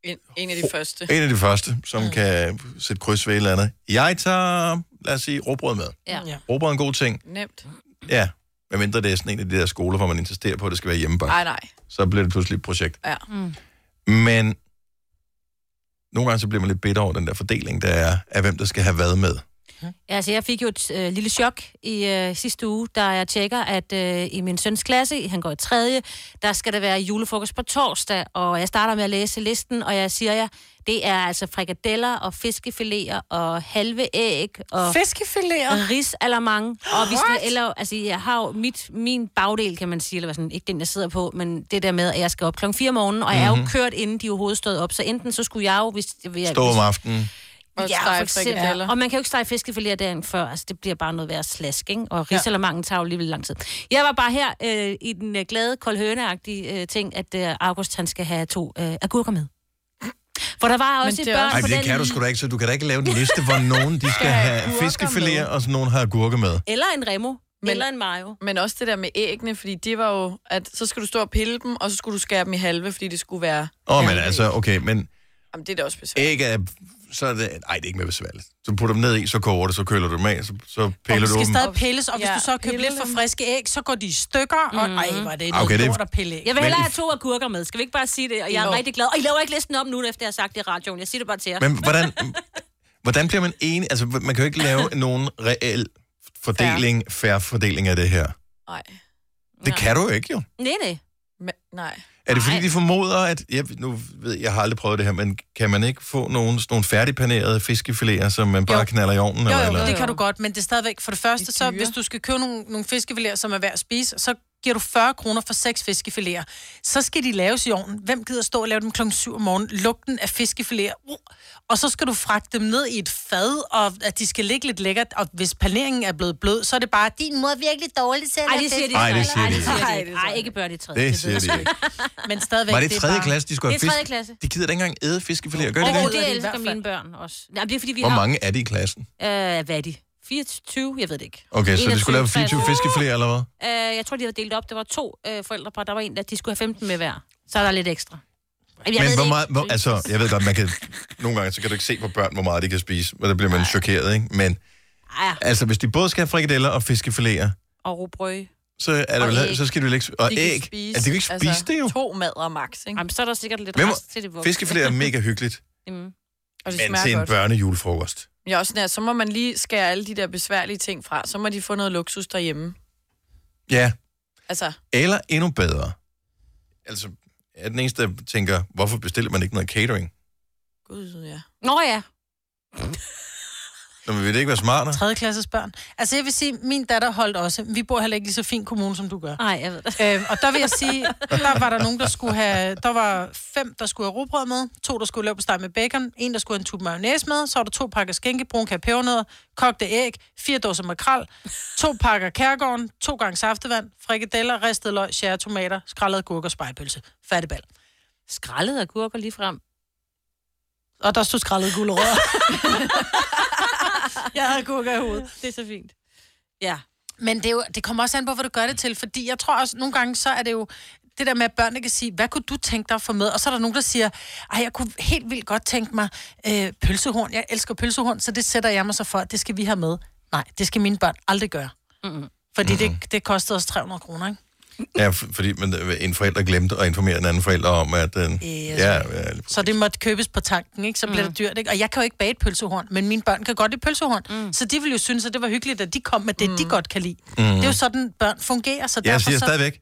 Speaker 2: En, en af de første.
Speaker 1: en af de første, som mm. kan sætte kryds ved et eller andet. Jeg tager, lad os sige, råbrød med.
Speaker 4: Ja.
Speaker 2: ja.
Speaker 1: Råbrød er en god ting,
Speaker 2: Nemt.
Speaker 1: ja. Medmindre det er sådan en af de der skoler, hvor man insisterer på, at det skal være hjemmebagt.
Speaker 2: Nej, nej.
Speaker 1: Så bliver det pludselig et projekt.
Speaker 2: Ja.
Speaker 4: Mm.
Speaker 1: Men nogle gange så bliver man lidt bitter over den der fordeling, der er af hvem der skal have hvad med.
Speaker 4: Ja, altså, jeg fik jo et øh, lille chok i øh, sidste uge, da jeg tjekker, at øh, i min søns klasse, han går i tredje, der skal der være julefrokost på torsdag, og jeg starter med at læse listen, og jeg siger jer, det er altså frikadeller og fiskefiléer og halve æg og...
Speaker 3: Fiskefiléer?
Speaker 4: Risalamang. Og vi skal
Speaker 3: What?
Speaker 4: eller, altså, jeg har jo mit, min bagdel, kan man sige, eller hvad sådan, ikke den, jeg sidder på, men det der med, at jeg skal op klokken 4 om morgenen, og jeg er jo
Speaker 1: Mhm.
Speaker 4: kørt, inden de overhovedet stod op, så enten så skulle jeg jo, hvis... Jeg,
Speaker 1: Stå om aftenen.
Speaker 2: Og stege frikadeller.
Speaker 4: Og man kan jo ikke stege fiskefiléer dagen før. Altså, det bliver bare noget værre slask, ikke? Og risalamangen tager jo alligevel lang tid. Jeg var bare her øh, i den øh, glade, koldhøneagtige øh, ting, at øh, August han skal have to øh, agurker med. For der var
Speaker 1: Men
Speaker 4: også et
Speaker 1: det er
Speaker 4: børn
Speaker 1: Ej,
Speaker 4: på
Speaker 1: det
Speaker 4: den
Speaker 1: kan du sgu da ikke, så du kan da ikke lave en liste, hvor nogen de skal
Speaker 2: have
Speaker 1: have
Speaker 2: agurker
Speaker 1: fiskefiléer,
Speaker 2: med.
Speaker 1: og så nogen har agurker med.
Speaker 4: Eller en remo.
Speaker 2: Men,
Speaker 4: eller en mayo.
Speaker 2: Men også det der med æggene, fordi det var jo, at så skulle du stå og pille dem, og så skulle du skære dem i halve, fordi det skulle være...
Speaker 1: Åh, oh, men altså, okay, men
Speaker 2: Jamen, det er da også besværligt.
Speaker 1: æg er... Så er det, nej, det er ikke mere besværligt. Så putter dem ned i, så koger det, så køler du dem af, så, så piller
Speaker 3: og
Speaker 1: du
Speaker 3: skal
Speaker 1: dem.
Speaker 3: stadig pilles, og hvis
Speaker 4: Ja,
Speaker 3: du så har købt lidt for friske æg, så går de i stykker, og
Speaker 4: Mm.
Speaker 3: ej, var det
Speaker 1: Ah,
Speaker 3: noget
Speaker 1: okay, det-
Speaker 3: lort at pille æg.
Speaker 4: Jeg vil hellere have to agurker med. Skal vi ikke bare sige det? Og jeg er
Speaker 3: Jo.
Speaker 4: rigtig glad. Og I laver ikke listen op nu, efter jeg har sagt det i radioen. Jeg siger det bare til jer.
Speaker 1: Men hvordan, hvordan bliver man enig? Altså, man kan jo ikke lave nogen reel fordeling, fair fordeling af det her.
Speaker 2: Nej.
Speaker 1: Det kan du jo ikke, jo.
Speaker 4: Nej, nej.
Speaker 2: Men, nej.
Speaker 1: Er det fordi, de formoder, at... Jeg, nu ved jeg, jeg har aldrig prøvet det her, men kan man ikke få nogle, sådan nogle færdigpanerede fiskefiléer, som man bare knaller i ovnen?
Speaker 3: Jo, jo,
Speaker 1: eller?
Speaker 3: det kan du godt, men det er stadigvæk, for det første, så hvis du skal købe nogle, nogle fiskefiléer, som er værd at spise, så giver du 40 kroner for seks fiskefiléer. Så skal de laves i ovnen. Hvem gider stå og lave dem kl. 7 om morgenen? Lugten af fiskefiléer. Uh. Og så skal du fragte dem ned i et fad, og at de skal ligge lidt lækkert. Og hvis paneringen er blevet blød, så er det bare, din mor er virkelig dårlig til at
Speaker 4: Ej,
Speaker 3: lave
Speaker 4: det siger de
Speaker 3: fisk."
Speaker 4: ikke.
Speaker 1: Ej, det siger de ikke.
Speaker 4: Ej, det Ej, ikke børn i tredje.
Speaker 1: Det
Speaker 4: ved
Speaker 1: siger
Speaker 4: jeg.
Speaker 1: de ikke.
Speaker 3: Men stadigvæk,
Speaker 1: Var det i tredje klasse, de skulle have
Speaker 4: Det er tredje
Speaker 1: fisk?
Speaker 4: klasse.
Speaker 1: De gider da ikke engang æde fiskefiléer, gør de
Speaker 4: Åh,
Speaker 1: det?
Speaker 4: det
Speaker 3: i hvert
Speaker 4: elsker
Speaker 3: fald.
Speaker 4: mine børn også. Nej, det er fordi, vi
Speaker 1: Hvor
Speaker 4: har...
Speaker 1: mange er de i klassen?
Speaker 4: Øh, hvad er de? 24? Jeg ved det ikke.
Speaker 1: Okay, så de skulle lave
Speaker 4: 21,
Speaker 1: 24 fiskefiléer, eller hvad?
Speaker 4: Øh, jeg tror, de havde delt op. Der var to øh, forældre på. Der var en, der de skulle have 15 med hver. Så er der lidt ekstra. Jeg ved
Speaker 1: Men
Speaker 4: det
Speaker 1: hvor
Speaker 4: ikke.
Speaker 1: meget, hvor, altså, jeg ved godt, man kan, nogle gange så kan du ikke se på børn, hvor meget de kan spise, og der bliver man chokeret, ikke? Men
Speaker 4: Ej,
Speaker 1: altså, hvis de både skal have frikadeller og fiskefiléer,
Speaker 4: og rugbrød.
Speaker 1: så, er der
Speaker 2: Og
Speaker 1: vel,
Speaker 2: æg.
Speaker 1: så skal du ikke... Og
Speaker 2: De kan
Speaker 1: æg.
Speaker 2: spise-
Speaker 1: Altså, de kan ikke spise det jo.
Speaker 2: To madder max, ikke?
Speaker 4: Jamen, så er der sikkert lidt
Speaker 1: Hvem,
Speaker 4: rest til det voksne.
Speaker 1: fiskefiléer er mega hyggeligt,
Speaker 4: Mm.
Speaker 2: Og det
Speaker 1: men
Speaker 2: smager
Speaker 1: til en
Speaker 2: godt.
Speaker 1: børnejulefrokost.
Speaker 2: Ja, også sådan her, så må man lige skære alle de der besværlige ting fra. Så må de få noget luksus derhjemme.
Speaker 1: Ja,
Speaker 2: Altså,
Speaker 1: eller endnu bedre. Altså, jeg er den eneste, der tænker, hvorfor bestiller man ikke noget catering?
Speaker 2: gud, ja.
Speaker 4: Nå ja.
Speaker 1: Nå, men vil det ikke være smartere?
Speaker 3: Tredje klasses børn. Altså jeg vil sige, min datter holdt også. Vi bor heller ikke i så fin kommune, som du gør.
Speaker 4: Nej, jeg ved det.
Speaker 3: Øhm, og der vil jeg sige, der var der nogen, der skulle have... Der var fem, der skulle have robrød med, to, der skulle lave på steg med bacon, en, der skulle have en tube mayonnaise med, så var der to pakker skænke, brun kage pebernødder, kogte æg, fire dåser makrel, to pakker kærgården, to gange saftevand, frikadeller, ristede løg, skære tomater, skrællede gurker, spejpølse, fattigbal.
Speaker 4: Skrællede agurker lige frem.
Speaker 3: Og der stod skrællede gulerødder. jeg havde gurker i hovedet.
Speaker 4: Det er så fint. Ja.
Speaker 3: Men det, er jo, det kommer også an på, hvad du gør det til, fordi jeg tror også, nogle gange, så er det jo det der med, at børnene kan sige, hvad kunne du tænke dig at få med? Og så er der nogen, der siger, ej, jeg kunne helt vildt godt tænke mig øh, pølsehorn. Jeg elsker pølsehorn, så det sætter jeg mig så for, at det skal vi have med. Nej, det skal mine børn aldrig gøre.
Speaker 4: Mm-mm.
Speaker 3: Fordi mm-hmm. det, det kostede os 300 kroner, ikke?
Speaker 1: Ja, f- fordi man, øh, en forælder glemte at informere en anden forælder om, at den...
Speaker 3: Yes.
Speaker 1: Ja, ja,
Speaker 3: Så det måtte købes på tanken, ikke? Så bliver mm. det dyrt, ikke? Og jeg kan jo ikke bage et pølsehorn, men mine børn kan godt lide pølsehorn. Mm. Så de ville jo synes, at det var hyggeligt, at de kom med det, mm. de godt kan lide. Mm. Det er jo sådan, børn fungerer. Så
Speaker 1: jeg
Speaker 3: derfor
Speaker 1: siger
Speaker 3: så...
Speaker 1: stadigvæk,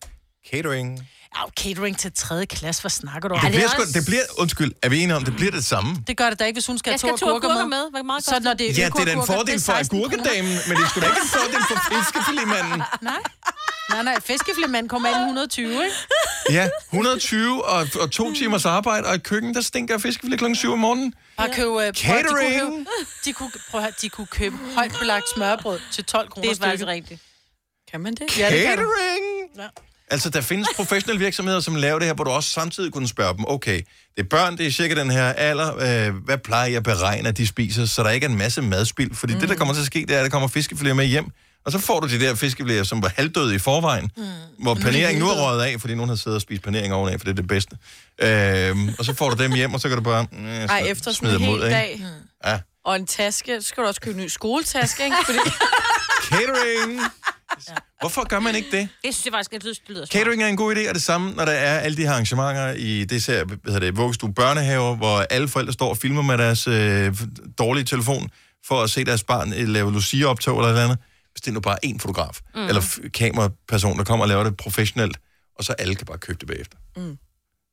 Speaker 1: catering. Det
Speaker 3: Au, catering til 3. klasse, hvad snakker du om?
Speaker 1: bliver, sgu, det bliver, undskyld, er vi enige om, det bliver det samme?
Speaker 3: Det gør det da ikke, hvis hun skal
Speaker 4: Jeg skal
Speaker 3: have to agurker med.
Speaker 4: Hvor meget
Speaker 3: så
Speaker 4: koster
Speaker 3: når det er
Speaker 1: Ja, det er da en
Speaker 3: økoagurker,
Speaker 1: fordel
Speaker 3: det er
Speaker 1: for
Speaker 3: 16 kroner.
Speaker 1: agurkedamen, men det er sgu da ikke en fordel for fiskefilémanden.
Speaker 3: Nej. Nej, nej, fiskefilémanden kommer ind i 120, ikke?
Speaker 1: Ja, 120 og, og to timers arbejde, og et køkken, der stinker af fiskefilet klokken 7 om morgenen.
Speaker 3: Bare købe... øh, prøv at-
Speaker 1: Catering.
Speaker 3: De kunne, købe, de kunne, prøv at høre, de kunne købe højt belagt smørbrød til 12 kroner
Speaker 4: Det er faktisk
Speaker 3: stykket.
Speaker 4: rigtigt.
Speaker 2: Kan man det?
Speaker 3: Ja, det kan du.
Speaker 1: Catering!
Speaker 3: Ja.
Speaker 1: Altså, der findes professionelle virksomheder, som laver det her, hvor du også samtidig kunne spørge dem, okay, det er børn, det er cirka den her alder, øh, hvad plejer jeg at beregne, at de spiser, så der ikke er en masse madspild? Fordi mm. det, der kommer til at ske, det er, at der kommer fiskefiléer med hjem, og så får du de der fiskefiléer, som var halvdøde i forvejen, mm. hvor paneringen nu er røget af, fordi nogen har siddet og spist panering ovenaf, for det er det bedste. Øh, og så får du dem hjem, og så kan du bare mm,
Speaker 2: Ej, efter sådan
Speaker 1: smide
Speaker 2: en
Speaker 1: dem
Speaker 2: hel
Speaker 1: ud, ikke?
Speaker 2: dag.
Speaker 1: Ja.
Speaker 2: Og en taske. Så skal du også købe en ny skoletaske, ikke? Fordi...
Speaker 1: Catering! Hvorfor gør man ikke det?
Speaker 4: Det synes jeg faktisk, at det lyder smart.
Speaker 1: Catering er en god idé, og det samme, når der er alle de her arrangementer i det her, hvad hedder det, vuggestue børnehaver, hvor alle forældre står og filmer med deres øh, dårlige telefon, for at se deres barn øh, lave Lucia-optog eller et eller andet. Bestil nu bare én fotograf, mm.
Speaker 18: Mm.
Speaker 1: eller f- kameraperson, der kommer og laver det professionelt, og så alle kan bare købe det bagefter.
Speaker 4: Mm.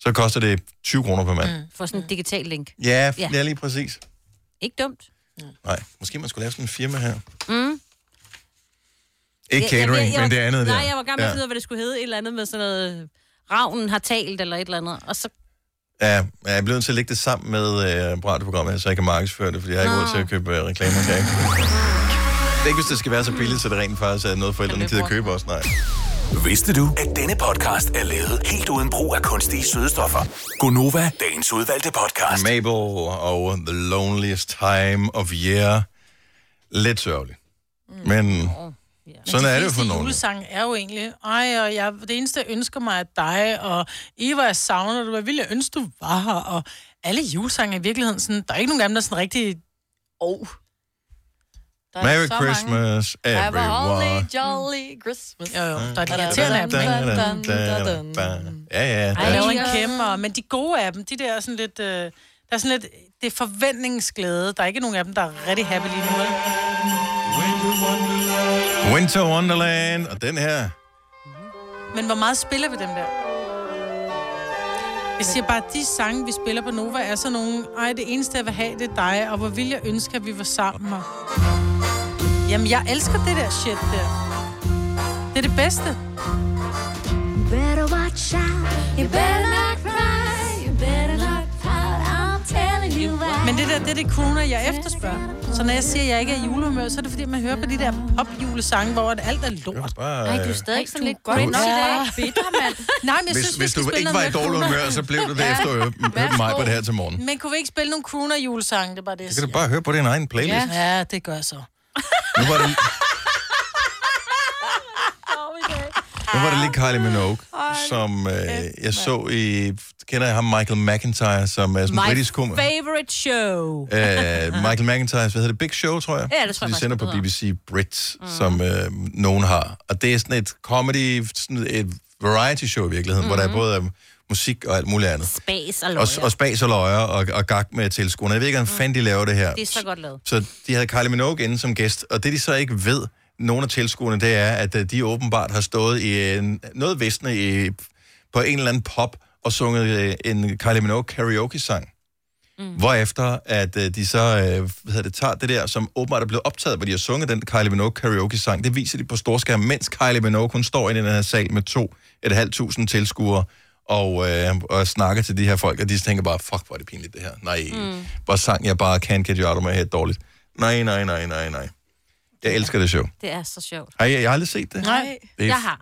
Speaker 1: Så koster det 20 kroner per mand. Mm.
Speaker 4: For sådan en digital link.
Speaker 1: Ja,
Speaker 4: Ja.
Speaker 1: ja, lige præcis.
Speaker 4: Ikke dumt.
Speaker 1: Nej, måske man skulle lave sådan en firma her.
Speaker 4: Mm.
Speaker 1: Ikke
Speaker 4: Ja, jamen,
Speaker 1: catering,
Speaker 4: jeg- jeg
Speaker 1: men
Speaker 4: var-
Speaker 1: det andet der.
Speaker 4: Nej, øh, jeg var gammel med at finde ud af, hvad det skulle hedde. Et eller andet med sådan noget... Ravnen har talt, eller et eller andet. Og så
Speaker 1: Ja, jeg er blevet nødt til at lægge det sammen med øh, radioprogrammet, så jeg kan markedsføre det, fordi jeg har ikke råd til at købe øh, reklamer. Kan jeg ikke? Det er ikke, hvis det skal være så billigt, så det rent faktisk er noget, forældrene gider købe også. Nej.
Speaker 6: Vidste du, at denne podcast er lavet helt uden brug af kunstige sødestoffer?
Speaker 1: Gonova,
Speaker 6: Dagens udvalgte podcast.
Speaker 1: Mabel og The Loneliest Time of Year. Lidt sørgeligt.
Speaker 2: Mm.
Speaker 1: Men sådan
Speaker 3: Men de
Speaker 1: er det jo for
Speaker 3: fleste
Speaker 1: nogen.
Speaker 3: julesang er jo egentlig, ej, og jeg, det eneste, jeg ønsker mig er dig, og Eva, jeg savner dig, hvad ville jeg ønske, du var her, og alle julesange er i virkeligheden sådan, der er ikke nogen af dem, der er sådan rigtig,
Speaker 1: Mm.
Speaker 3: oh.
Speaker 2: Der er
Speaker 1: Merry
Speaker 2: så
Speaker 1: Christmas,
Speaker 2: mange. Have a
Speaker 1: everyone.
Speaker 2: holly jolly Christmas.
Speaker 3: Jo, jo, der er de
Speaker 2: Da, da,
Speaker 3: irriterende af dem,
Speaker 1: Da,
Speaker 3: ikke?
Speaker 1: da, da, da, da. Ja,
Speaker 3: ej,
Speaker 1: ja.
Speaker 3: jeg
Speaker 1: der-
Speaker 3: laver en kæmpe, og, men de gode af dem, de der er sådan lidt, øh, der er sådan lidt, det er forventningsglæde, der er ikke nogen af dem, der er rigtig happy lige nu.
Speaker 1: Winter Wonderland, og den her.
Speaker 3: Men hvor meget spiller vi dem der? Jeg siger bare, at de sange, vi spiller på Nova, er sådan nogle, ej, det eneste, jeg vil have, det er dig, og hvor vil jeg ønske, at vi var sammen. Og... Jamen, jeg elsker det der shit der. Det er det bedste.
Speaker 19: You better watch out. You better not cry. You better not pout. I'm telling you why.
Speaker 3: Men det der, det er det kroner, jeg efterspørger. Så når jeg siger, at jeg ikke er i julehumør, så er det fordi, man hører på de der popjulesange, hvor at alt er lort.
Speaker 1: Bare, Nej,
Speaker 3: du er
Speaker 4: stadig sådan lidt
Speaker 1: grinch i dag.
Speaker 3: Bitter, mand. Nej, men jeg
Speaker 1: Hvis,
Speaker 3: synes,
Speaker 1: hvis
Speaker 3: vi skal
Speaker 1: du
Speaker 3: spille
Speaker 1: ikke var
Speaker 3: noget
Speaker 1: i
Speaker 3: mere
Speaker 1: dårlig
Speaker 3: kroner.
Speaker 1: humør, så blev du det
Speaker 3: Ja.
Speaker 1: efter at høre mig på det her til morgen.
Speaker 3: Men kunne vi ikke spille nogle kroner julesange? Det er bare det, jeg
Speaker 1: Så kan du
Speaker 3: siger.
Speaker 1: bare høre på din egen playlist.
Speaker 3: Ja, ja det gør jeg så.
Speaker 1: Nu var
Speaker 4: Oh
Speaker 1: det, nu var det lige Kylie Minogue, som øh, jeg så i... Kender jeg ham? Michael McIntyre, som er sådan en
Speaker 4: My
Speaker 1: britisk komiker.
Speaker 4: favorite show.
Speaker 1: Øh, Michael McIntyre, hvad hedder det? Big Show, tror jeg.
Speaker 4: Ja, det tror jeg
Speaker 1: De
Speaker 4: faktisk,
Speaker 1: sender
Speaker 4: det
Speaker 1: på
Speaker 4: hedder. Mhm.
Speaker 1: BBC Brit, mm. som øh, nogen har. Og det er sådan et comedy, sådan et variety show i virkeligheden, mm-hmm. hvor
Speaker 4: Mhm.
Speaker 1: der er både øh, musik og alt muligt andet.
Speaker 4: Space og
Speaker 1: og,
Speaker 4: løjer.
Speaker 1: og spas og løjer og, og gag med tilskuerne. Jeg ved ikke, hvordan fanden de laver det her.
Speaker 4: Mm. Det er så godt lavet.
Speaker 1: Så de havde Kylie Minogue inde som gæst, og det de så ikke ved, nogle af tilskuerne, det er, at øh, de åbenbart har stået i en, noget visne i, på en eller anden pop og sunget øh, en Kylie Minogue karaoke-sang. Mm. Hvorefter, at øh, de så øh, hvad hedder det, tager det der, som åbenbart er blevet optaget, hvor de har sunget den Kylie Minogue karaoke-sang, det viser de på storskærm, mens Kylie Minogue, hun står inde i den her sal med to et halvt tusind tilskuere, og, øh, og snakker til de her folk, og de tænker bare, fuck, hvor er det pinligt det her. Nej, mm. hvor sang jeg bare Can't Get You Out of My Head dårligt. Nej, nej, nej, nej, nej. Jeg elsker det show.
Speaker 4: Det er så sjovt.
Speaker 1: Har I, jeg har aldrig set det? Det er
Speaker 4: jeg har.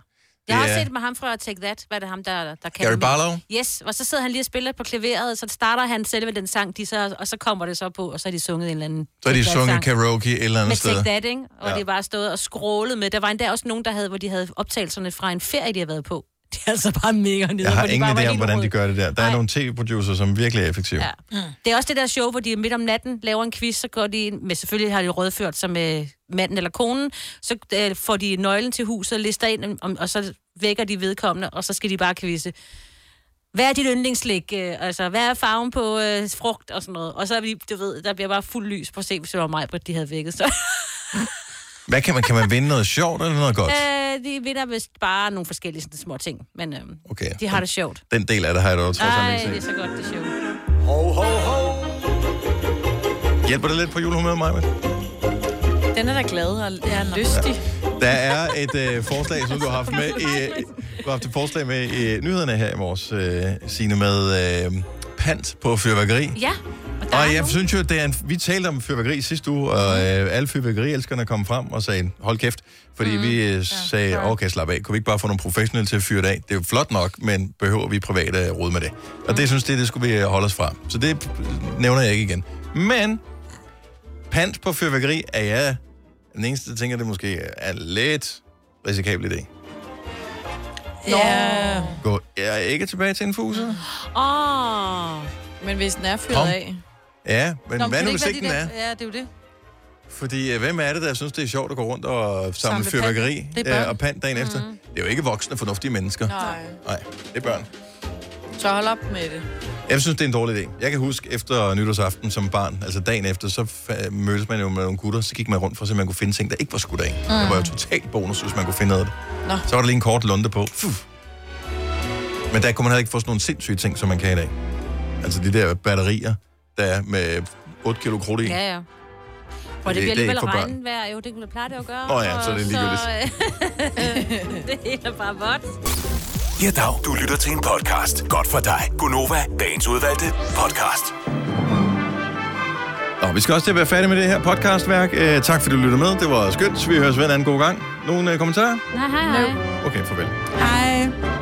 Speaker 1: det
Speaker 4: Jeg
Speaker 1: er-
Speaker 4: har også set det med ham fra Take That. Hvad er det ham, der, der kan?
Speaker 1: Gary
Speaker 4: det?
Speaker 1: Barlow?
Speaker 4: Yes, og så sidder han lige og spiller på klaveret, så starter han selv med den sang, de så, og så kommer det så på, og så har de sunget en eller anden
Speaker 1: Så er de
Speaker 4: Take That
Speaker 1: sunget
Speaker 4: sang.
Speaker 1: karaoke et eller andet
Speaker 4: med
Speaker 1: sted.
Speaker 4: Take That, ikke? Og
Speaker 1: Ja.
Speaker 4: ja. de bare stået og scrollet med. Der var endda også nogen, der havde, hvor de havde optagelserne fra en ferie, de havde været på. Det er altså bare mega nede.
Speaker 1: Jeg har
Speaker 4: hvor de bare
Speaker 1: ingen
Speaker 4: var
Speaker 1: idé om,
Speaker 4: helt
Speaker 1: hvordan de
Speaker 4: røde.
Speaker 1: gør det der. Der er
Speaker 4: Nej.
Speaker 1: nogle tv-producer, som virkelig er effektive. Ja.
Speaker 4: Mm. Det er også det der show, hvor de midt om natten laver en quiz, så går de ind, men selvfølgelig har de rådført sig med manden eller konen, så øh, får de nøglen til huset og lister ind, om, og så vækker de vedkommende, og så skal de bare quizze. Hvad er dit yndlingslæg? Altså, hvad er farven på øh, frugt og sådan noget? Og så er vi, du ved, der bliver bare fuld lys på at se, hvis det var mig, på de havde vækket. Så,
Speaker 1: Hvad kan man, kan man vinde noget sjovt eller noget godt?
Speaker 4: øh, de vinder vist bare nogle forskellige sådan, små ting, men øh,
Speaker 1: Okay.
Speaker 4: de har det sjovt.
Speaker 1: Den del af det har jeg dog trods alt
Speaker 4: Nej,
Speaker 1: ikke
Speaker 4: det er
Speaker 1: set.
Speaker 4: så godt, det er sjovt.
Speaker 1: Ho, ho, ho. Hjælper det lidt på julehumøret, Maja?
Speaker 2: Den er da glad og ja, lystig.
Speaker 1: Der er et øh, forslag, som du har haft med i, du har haft et forslag med i nyhederne her i morges, øh, Signe, med øh, pant på fyrværkeri.
Speaker 4: Ja,
Speaker 1: Og jeg synes jo, at det er en, vi talte om fyrværkeri sidste uge, og øh, alle fyrværkerielskerne kom frem og sagde, hold kæft, fordi mm. vi øh, sagde, ja, okay, slap af, kunne vi ikke bare få nogle professionelle til at fyre det af? Det er jo flot nok, men behøver vi private at rode med det? Og det synes det, det skulle vi øh, holde os fra. Så det øh, nævner jeg ikke igen. Men pant på fyrværkeri er jeg den eneste, der tænker, det måske er lidt risikabel idé.
Speaker 2: Ja.
Speaker 1: Gå jeg ikke tilbage til en fuse?
Speaker 4: Åh.
Speaker 2: Men hvis den er fyret
Speaker 1: Kom.
Speaker 2: af...
Speaker 1: Ja, men Nå, hvad nu, hvis ikke den er?
Speaker 3: Ja, det er jo det.
Speaker 1: Fordi øh, hvem er det, der synes, det er sjovt at gå rundt og samle,
Speaker 3: Samle
Speaker 1: samle
Speaker 3: pant.
Speaker 1: fyrværkeri
Speaker 3: Det er børn.
Speaker 1: øh, og pant dagen mm. efter? Det er jo ikke voksne, fornuftige mennesker.
Speaker 2: Nej.
Speaker 1: Nej, det er børn.
Speaker 2: Så hold op med det.
Speaker 1: Jeg synes, det er en dårlig idé. Jeg kan huske efter nytårsaften som barn, altså dagen efter, så fa- mødtes man jo med nogle gutter, så gik man rundt for at se, om man kunne finde ting, der ikke var skudt af. Mm. Det var jo totalt bonus, hvis man kunne finde noget af det.
Speaker 2: Nå.
Speaker 1: Så var der lige en kort lunde på. Fuh. Men der kunne man heller ikke få sådan nogle sindssyge ting, som man kan i dag. Altså de der batterier, der er med 8 kilo krudt i.
Speaker 4: Ja, ja.
Speaker 1: det- det
Speaker 4: Og det, det
Speaker 1: er
Speaker 4: bliver alligevel
Speaker 1: ikke for børn.
Speaker 4: regnvejr, jo, det kunne det plejer det at gøre.
Speaker 1: Nå ja, så er det
Speaker 4: øh, og Så, det hele er bare vådt.
Speaker 6: Ja, dag. Du lytter til en podcast. Godt for dig. Gunova, dagens udvalgte podcast.
Speaker 1: Nå, vi skal også til at være færdige med det her podcastværk. Øh, tak fordi du lyttede med. Det var skønt. Vi høres ved en anden god gang. Nogle øh, kommentarer?
Speaker 4: Nej, hej, hej.
Speaker 1: Okay, farvel.
Speaker 3: Hej.